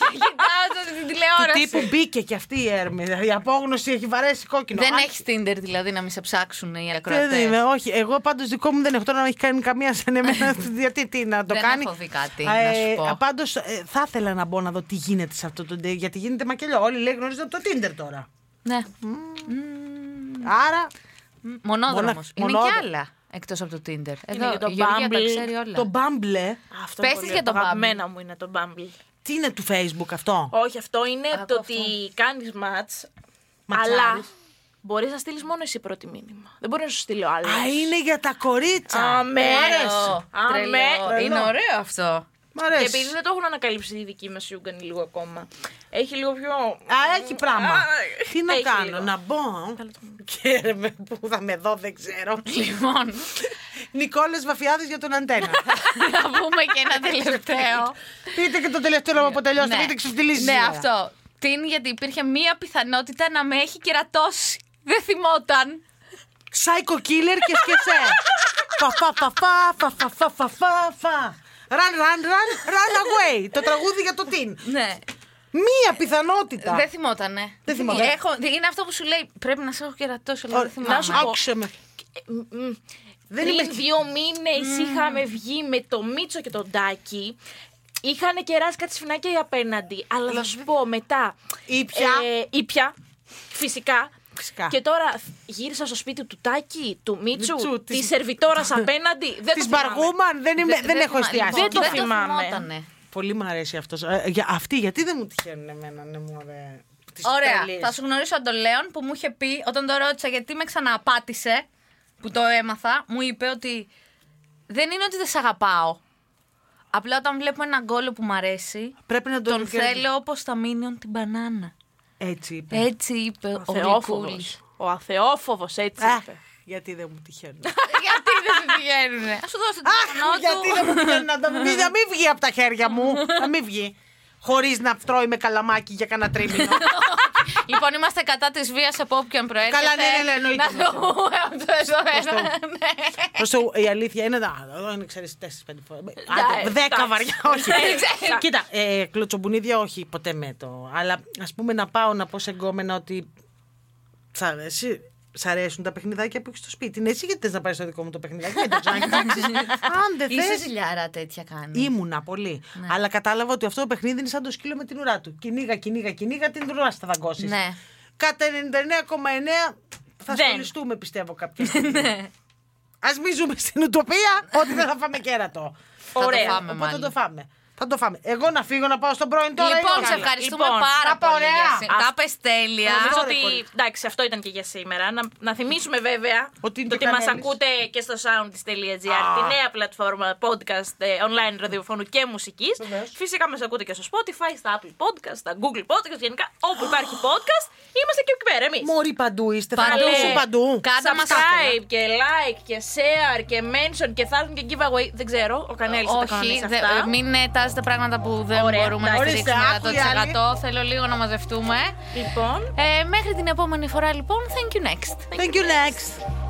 Speaker 3: Και κοιτάω την τηλεόραση.
Speaker 5: Του τύπου μπήκε και αυτή η έρμη. Δηλαδή η απόγνωση έχει βαρέσει κόκκινο.
Speaker 3: Δεν
Speaker 5: Αν-
Speaker 3: έχεις Tinder δηλαδή να μην σε ψάξουν οι
Speaker 5: Δεν
Speaker 3: ακροατές.
Speaker 5: είμαι, όχι. Εγώ πάντως δικό μου δεν έχω τώρα να έχει κάνει καμία σαν εμένα. γιατί τι να το
Speaker 3: Δεν
Speaker 5: κάνει.
Speaker 3: έχω δει κάτι, να σου πω.
Speaker 5: Πάντω θα ήθελα να μπω να δω τι γίνεται σε αυτό το Tinder. Γιατί γίνεται μακελιό. Όλοι λέει γνωρίζονται από το Tinder τώρα.
Speaker 3: Ναι.
Speaker 5: Άρα
Speaker 3: Μονόδρομος. Είναι
Speaker 5: μονόδρο-
Speaker 3: και άλλα εκτός από το Tinder. Εδώ,
Speaker 4: και το
Speaker 3: η Γεωργία τα
Speaker 4: Bumble,
Speaker 3: ξέρει όλα.
Speaker 5: το Bumble. Αυτό
Speaker 3: Πες
Speaker 5: πολύ-
Speaker 3: της για το Bumble.
Speaker 4: Αγαπημένα μου είναι το Bumble.
Speaker 5: Τι είναι του Facebook αυτό.
Speaker 4: Όχι, αυτό είναι
Speaker 3: Ακούω
Speaker 4: το
Speaker 3: αυτό.
Speaker 4: ότι κάνεις match,
Speaker 5: Ματσάρεις.
Speaker 4: αλλά μπορείς να στείλεις μόνο εσύ πρώτη μήνυμα. Δεν μπορεί να σου στείλει ο άλλος.
Speaker 5: Α, είναι για τα κορίτσα.
Speaker 4: Αμέ.
Speaker 5: Μ' αρέσει.
Speaker 3: Τρελό.
Speaker 4: Αμέ.
Speaker 3: Τρελό.
Speaker 5: Τρελό.
Speaker 3: Ε, Είναι ωραίο αυτό.
Speaker 5: Μ' αρέσει.
Speaker 4: Και επειδή δεν το έχουν ανακαλύψει οι δικοί μας Ιούγκαν λίγο ακόμα. Έχει λίγο πιο.
Speaker 5: Ε, Α, έχει πράγμα.
Speaker 4: Α,
Speaker 5: Τι να
Speaker 4: έχει
Speaker 5: κάνω,
Speaker 4: λίγο.
Speaker 5: να μπω. Και ρε, με- που θα με δω, δεν ξέρω.
Speaker 3: Λοιπόν,
Speaker 5: Νικόλες Βαφιάδης για τον Αντένα.
Speaker 3: να πούμε και ένα τελευταίο.
Speaker 5: Πείτε και το τελευταίο λόγο που τελειώσετε, πείτε ξεφτυλίζει.
Speaker 3: Ναι, αυτό. Την γιατί υπήρχε μία πιθανότητα να με έχει κερατώσει. Δεν θυμόταν.
Speaker 5: Psycho killer και σκεσέ. Φα φα φα φα φα φα φα φα φα φα. Run, run, run, run away. Το τραγούδι για το τιν.
Speaker 3: Ναι.
Speaker 5: Μία πιθανότητα.
Speaker 3: Δεν θυμότανε. Ε,
Speaker 5: Δεν θυμόταν.
Speaker 3: Έχω, είναι αυτό που σου λέει. Πρέπει να σε έχω κερατώσει, αλλά δεν
Speaker 5: Ω,
Speaker 3: θυμάμαι.
Speaker 5: Να σου πω. Άκουσε με.
Speaker 4: Μ, μ.
Speaker 5: Δεν
Speaker 4: Πριν
Speaker 5: είμαι-
Speaker 4: δύο μήνες είχαμε βγει με το Μίτσο και τον Τάκη. Είχαν κεράσει κάτι σφινάκια οι απέναντι. Αλλά θα σου πω μετά.
Speaker 5: Ή πια.
Speaker 4: Ε, ή πια. Φυσικά.
Speaker 5: Φυσικά.
Speaker 4: Και τώρα γύρισα στο σπίτι του Τάκη, του Μίτσου,
Speaker 5: Μίτσου,
Speaker 4: της
Speaker 5: της-
Speaker 4: σερβιτόρας απέναντι. Δεν
Speaker 5: Της
Speaker 4: το θυμάμαι.
Speaker 5: Μπαργούμαν δεν, είμαι- δεν έχω
Speaker 3: θυμά-
Speaker 5: εστιάσει.
Speaker 3: λοιπόν,
Speaker 4: Δεν το
Speaker 3: δεν το
Speaker 4: θυμάμαι.
Speaker 3: θυμότανε.
Speaker 5: Πολύ μου αρέσει αυτός. Ε, για- Αυτοί γιατί δεν μου τυχαίνουν εμένα, ναι, μωρέ. Τις
Speaker 3: Ωραία.
Speaker 5: τρελής.
Speaker 3: Θα σου γνωρίσω τον Λέον που μου είχε πει όταν το ρώτησα γιατί με ξανααπάτησε, που το έμαθα, μου είπε ότι δεν είναι ότι δεν σε αγαπάω. Απλά όταν βλέπω έναν γκόλο που μου αρέσει,
Speaker 5: Πρέπει να τον,
Speaker 3: τον
Speaker 5: κερδι-
Speaker 3: θέλω Ε. όπως τα μίνιον την μπανάνα.
Speaker 5: Έτσι είπε.
Speaker 3: Έτσι είπε ο
Speaker 4: Θεόφοβο.
Speaker 3: Γλυκούλης.
Speaker 4: Ο αθεόφοβος, έτσι
Speaker 5: Α,
Speaker 4: είπε.
Speaker 5: γιατί δεν μου τυχαίνουν.
Speaker 3: Ε, γιατί δεν σε πηγαίνουνε. Α σου δώσω το τηλέφωνο
Speaker 5: Αχ,
Speaker 3: του.
Speaker 5: γιατί δεν μου τυχαίνουν να τα βγει. Να μην βγει από τα χέρια μου. Να μην βγει. Χωρίς να τρώει με καλαμάκι για κανένα τρίμηνο.
Speaker 3: Λοιπόν, είμαστε κατά της βίας από όποιον προέρχεται.
Speaker 5: Καλά, ναι, ναι, ναι, εννοείται.
Speaker 3: Να το πούμε αυτό εδώ. Ναι.
Speaker 5: Όσο η αλήθεια είναι. Α, εδώ είναι ξέρεις 4-5 φορέ.
Speaker 4: εντάξει.
Speaker 5: Δέκα βαριά, όχι.
Speaker 3: Εντάξει.
Speaker 5: Κοίτα, ε, κλωτσομπουνίδια όχι, ποτέ με το. Αλλά ας πούμε να πάω να πω σε γκόμενα ότι. Σ' αρέσει. Σ' αρέσουν τα παιχνιδάκια που έχεις στο σπίτι. Ναι, εσύ γιατί θες να πάρεις το δικό μου το παιχνιδάκι. Δεν το ξέρω, εντάξει. Αν δεν
Speaker 3: Είσαι
Speaker 5: θες,
Speaker 3: ζηλιάρα τέτοια κάνει.
Speaker 5: Ήμουνα πολύ.
Speaker 3: Ναι.
Speaker 5: Αλλά κατάλαβα ότι αυτό το παιχνίδι είναι σαν το σκύλο με την ουρά του. Κυνήγα, κυνήγα, κυνήγα, την ουρά θα δαγκώσεις.
Speaker 3: Ναι.
Speaker 5: Κατά 99,9 θα
Speaker 4: Δεν.
Speaker 5: ασχοληθούμε, πιστεύω, κάποια στιγμή.
Speaker 3: Ναι.
Speaker 5: Ας μην ζούμε στην ουτοπία ότι δεν θα φάμε κέρατο.
Speaker 3: Θα το
Speaker 4: Ωραία.
Speaker 3: φάμε
Speaker 5: Οπότε
Speaker 3: μάλλον.
Speaker 5: το φάμε. Θα το φάμε. Εγώ να φύγω να πάω στον πρώην τώρα. ή
Speaker 3: Λοιπόν,
Speaker 5: όχι?
Speaker 3: σε ευχαριστούμε
Speaker 4: Λοιπόν,
Speaker 3: πάρα
Speaker 5: τα
Speaker 3: πολύ.
Speaker 5: ωραία.
Speaker 3: Γιασί. Τα πες τέλεια.
Speaker 4: Νομίζω
Speaker 5: Αυτό, ρε,
Speaker 4: ότι.
Speaker 5: κολλή.
Speaker 4: Εντάξει, αυτό ήταν και για σήμερα. Να, να θυμίσουμε βέβαια
Speaker 5: Ότι είναι
Speaker 4: το ότι
Speaker 5: και
Speaker 4: μας
Speaker 5: κανένας.
Speaker 4: ακούτε και στο soundist.gr, τη νέα πλατφόρμα podcast ε, online ραδιοφώνου και μουσικής.
Speaker 5: Βεβαίως.
Speaker 4: Φυσικά μας ακούτε και στο Spotify, στα Apple Podcast, στα Google Podcast. Γενικά, όπου υπάρχει podcast, είμαστε και εκεί πέρα εμείς.
Speaker 5: Μωρή παντού είστε. Παντού.
Speaker 4: Καλέ.
Speaker 5: παντού.
Speaker 3: Κάντε μας
Speaker 4: Subscribe και like και share και mention και θα έρθουν και giveaway. Δεν ξέρω, ο Κανέλης θα τα
Speaker 3: Όχι,
Speaker 4: κανονίσει
Speaker 3: δε-
Speaker 4: αυτά.
Speaker 3: μην ε, τάζετε πράγματα που δεν
Speaker 4: Ωραία,
Speaker 3: μπορούμε να
Speaker 5: ορίστε,
Speaker 3: στηρίξουμε
Speaker 5: άκου οι άλλοι.
Speaker 3: 100%. Θέλω λίγο να μαζευτούμε.
Speaker 4: Λοιπόν,
Speaker 3: Ε, μέχρι την επόμενη φορά λοιπόν, thank you next.
Speaker 5: Thank you next.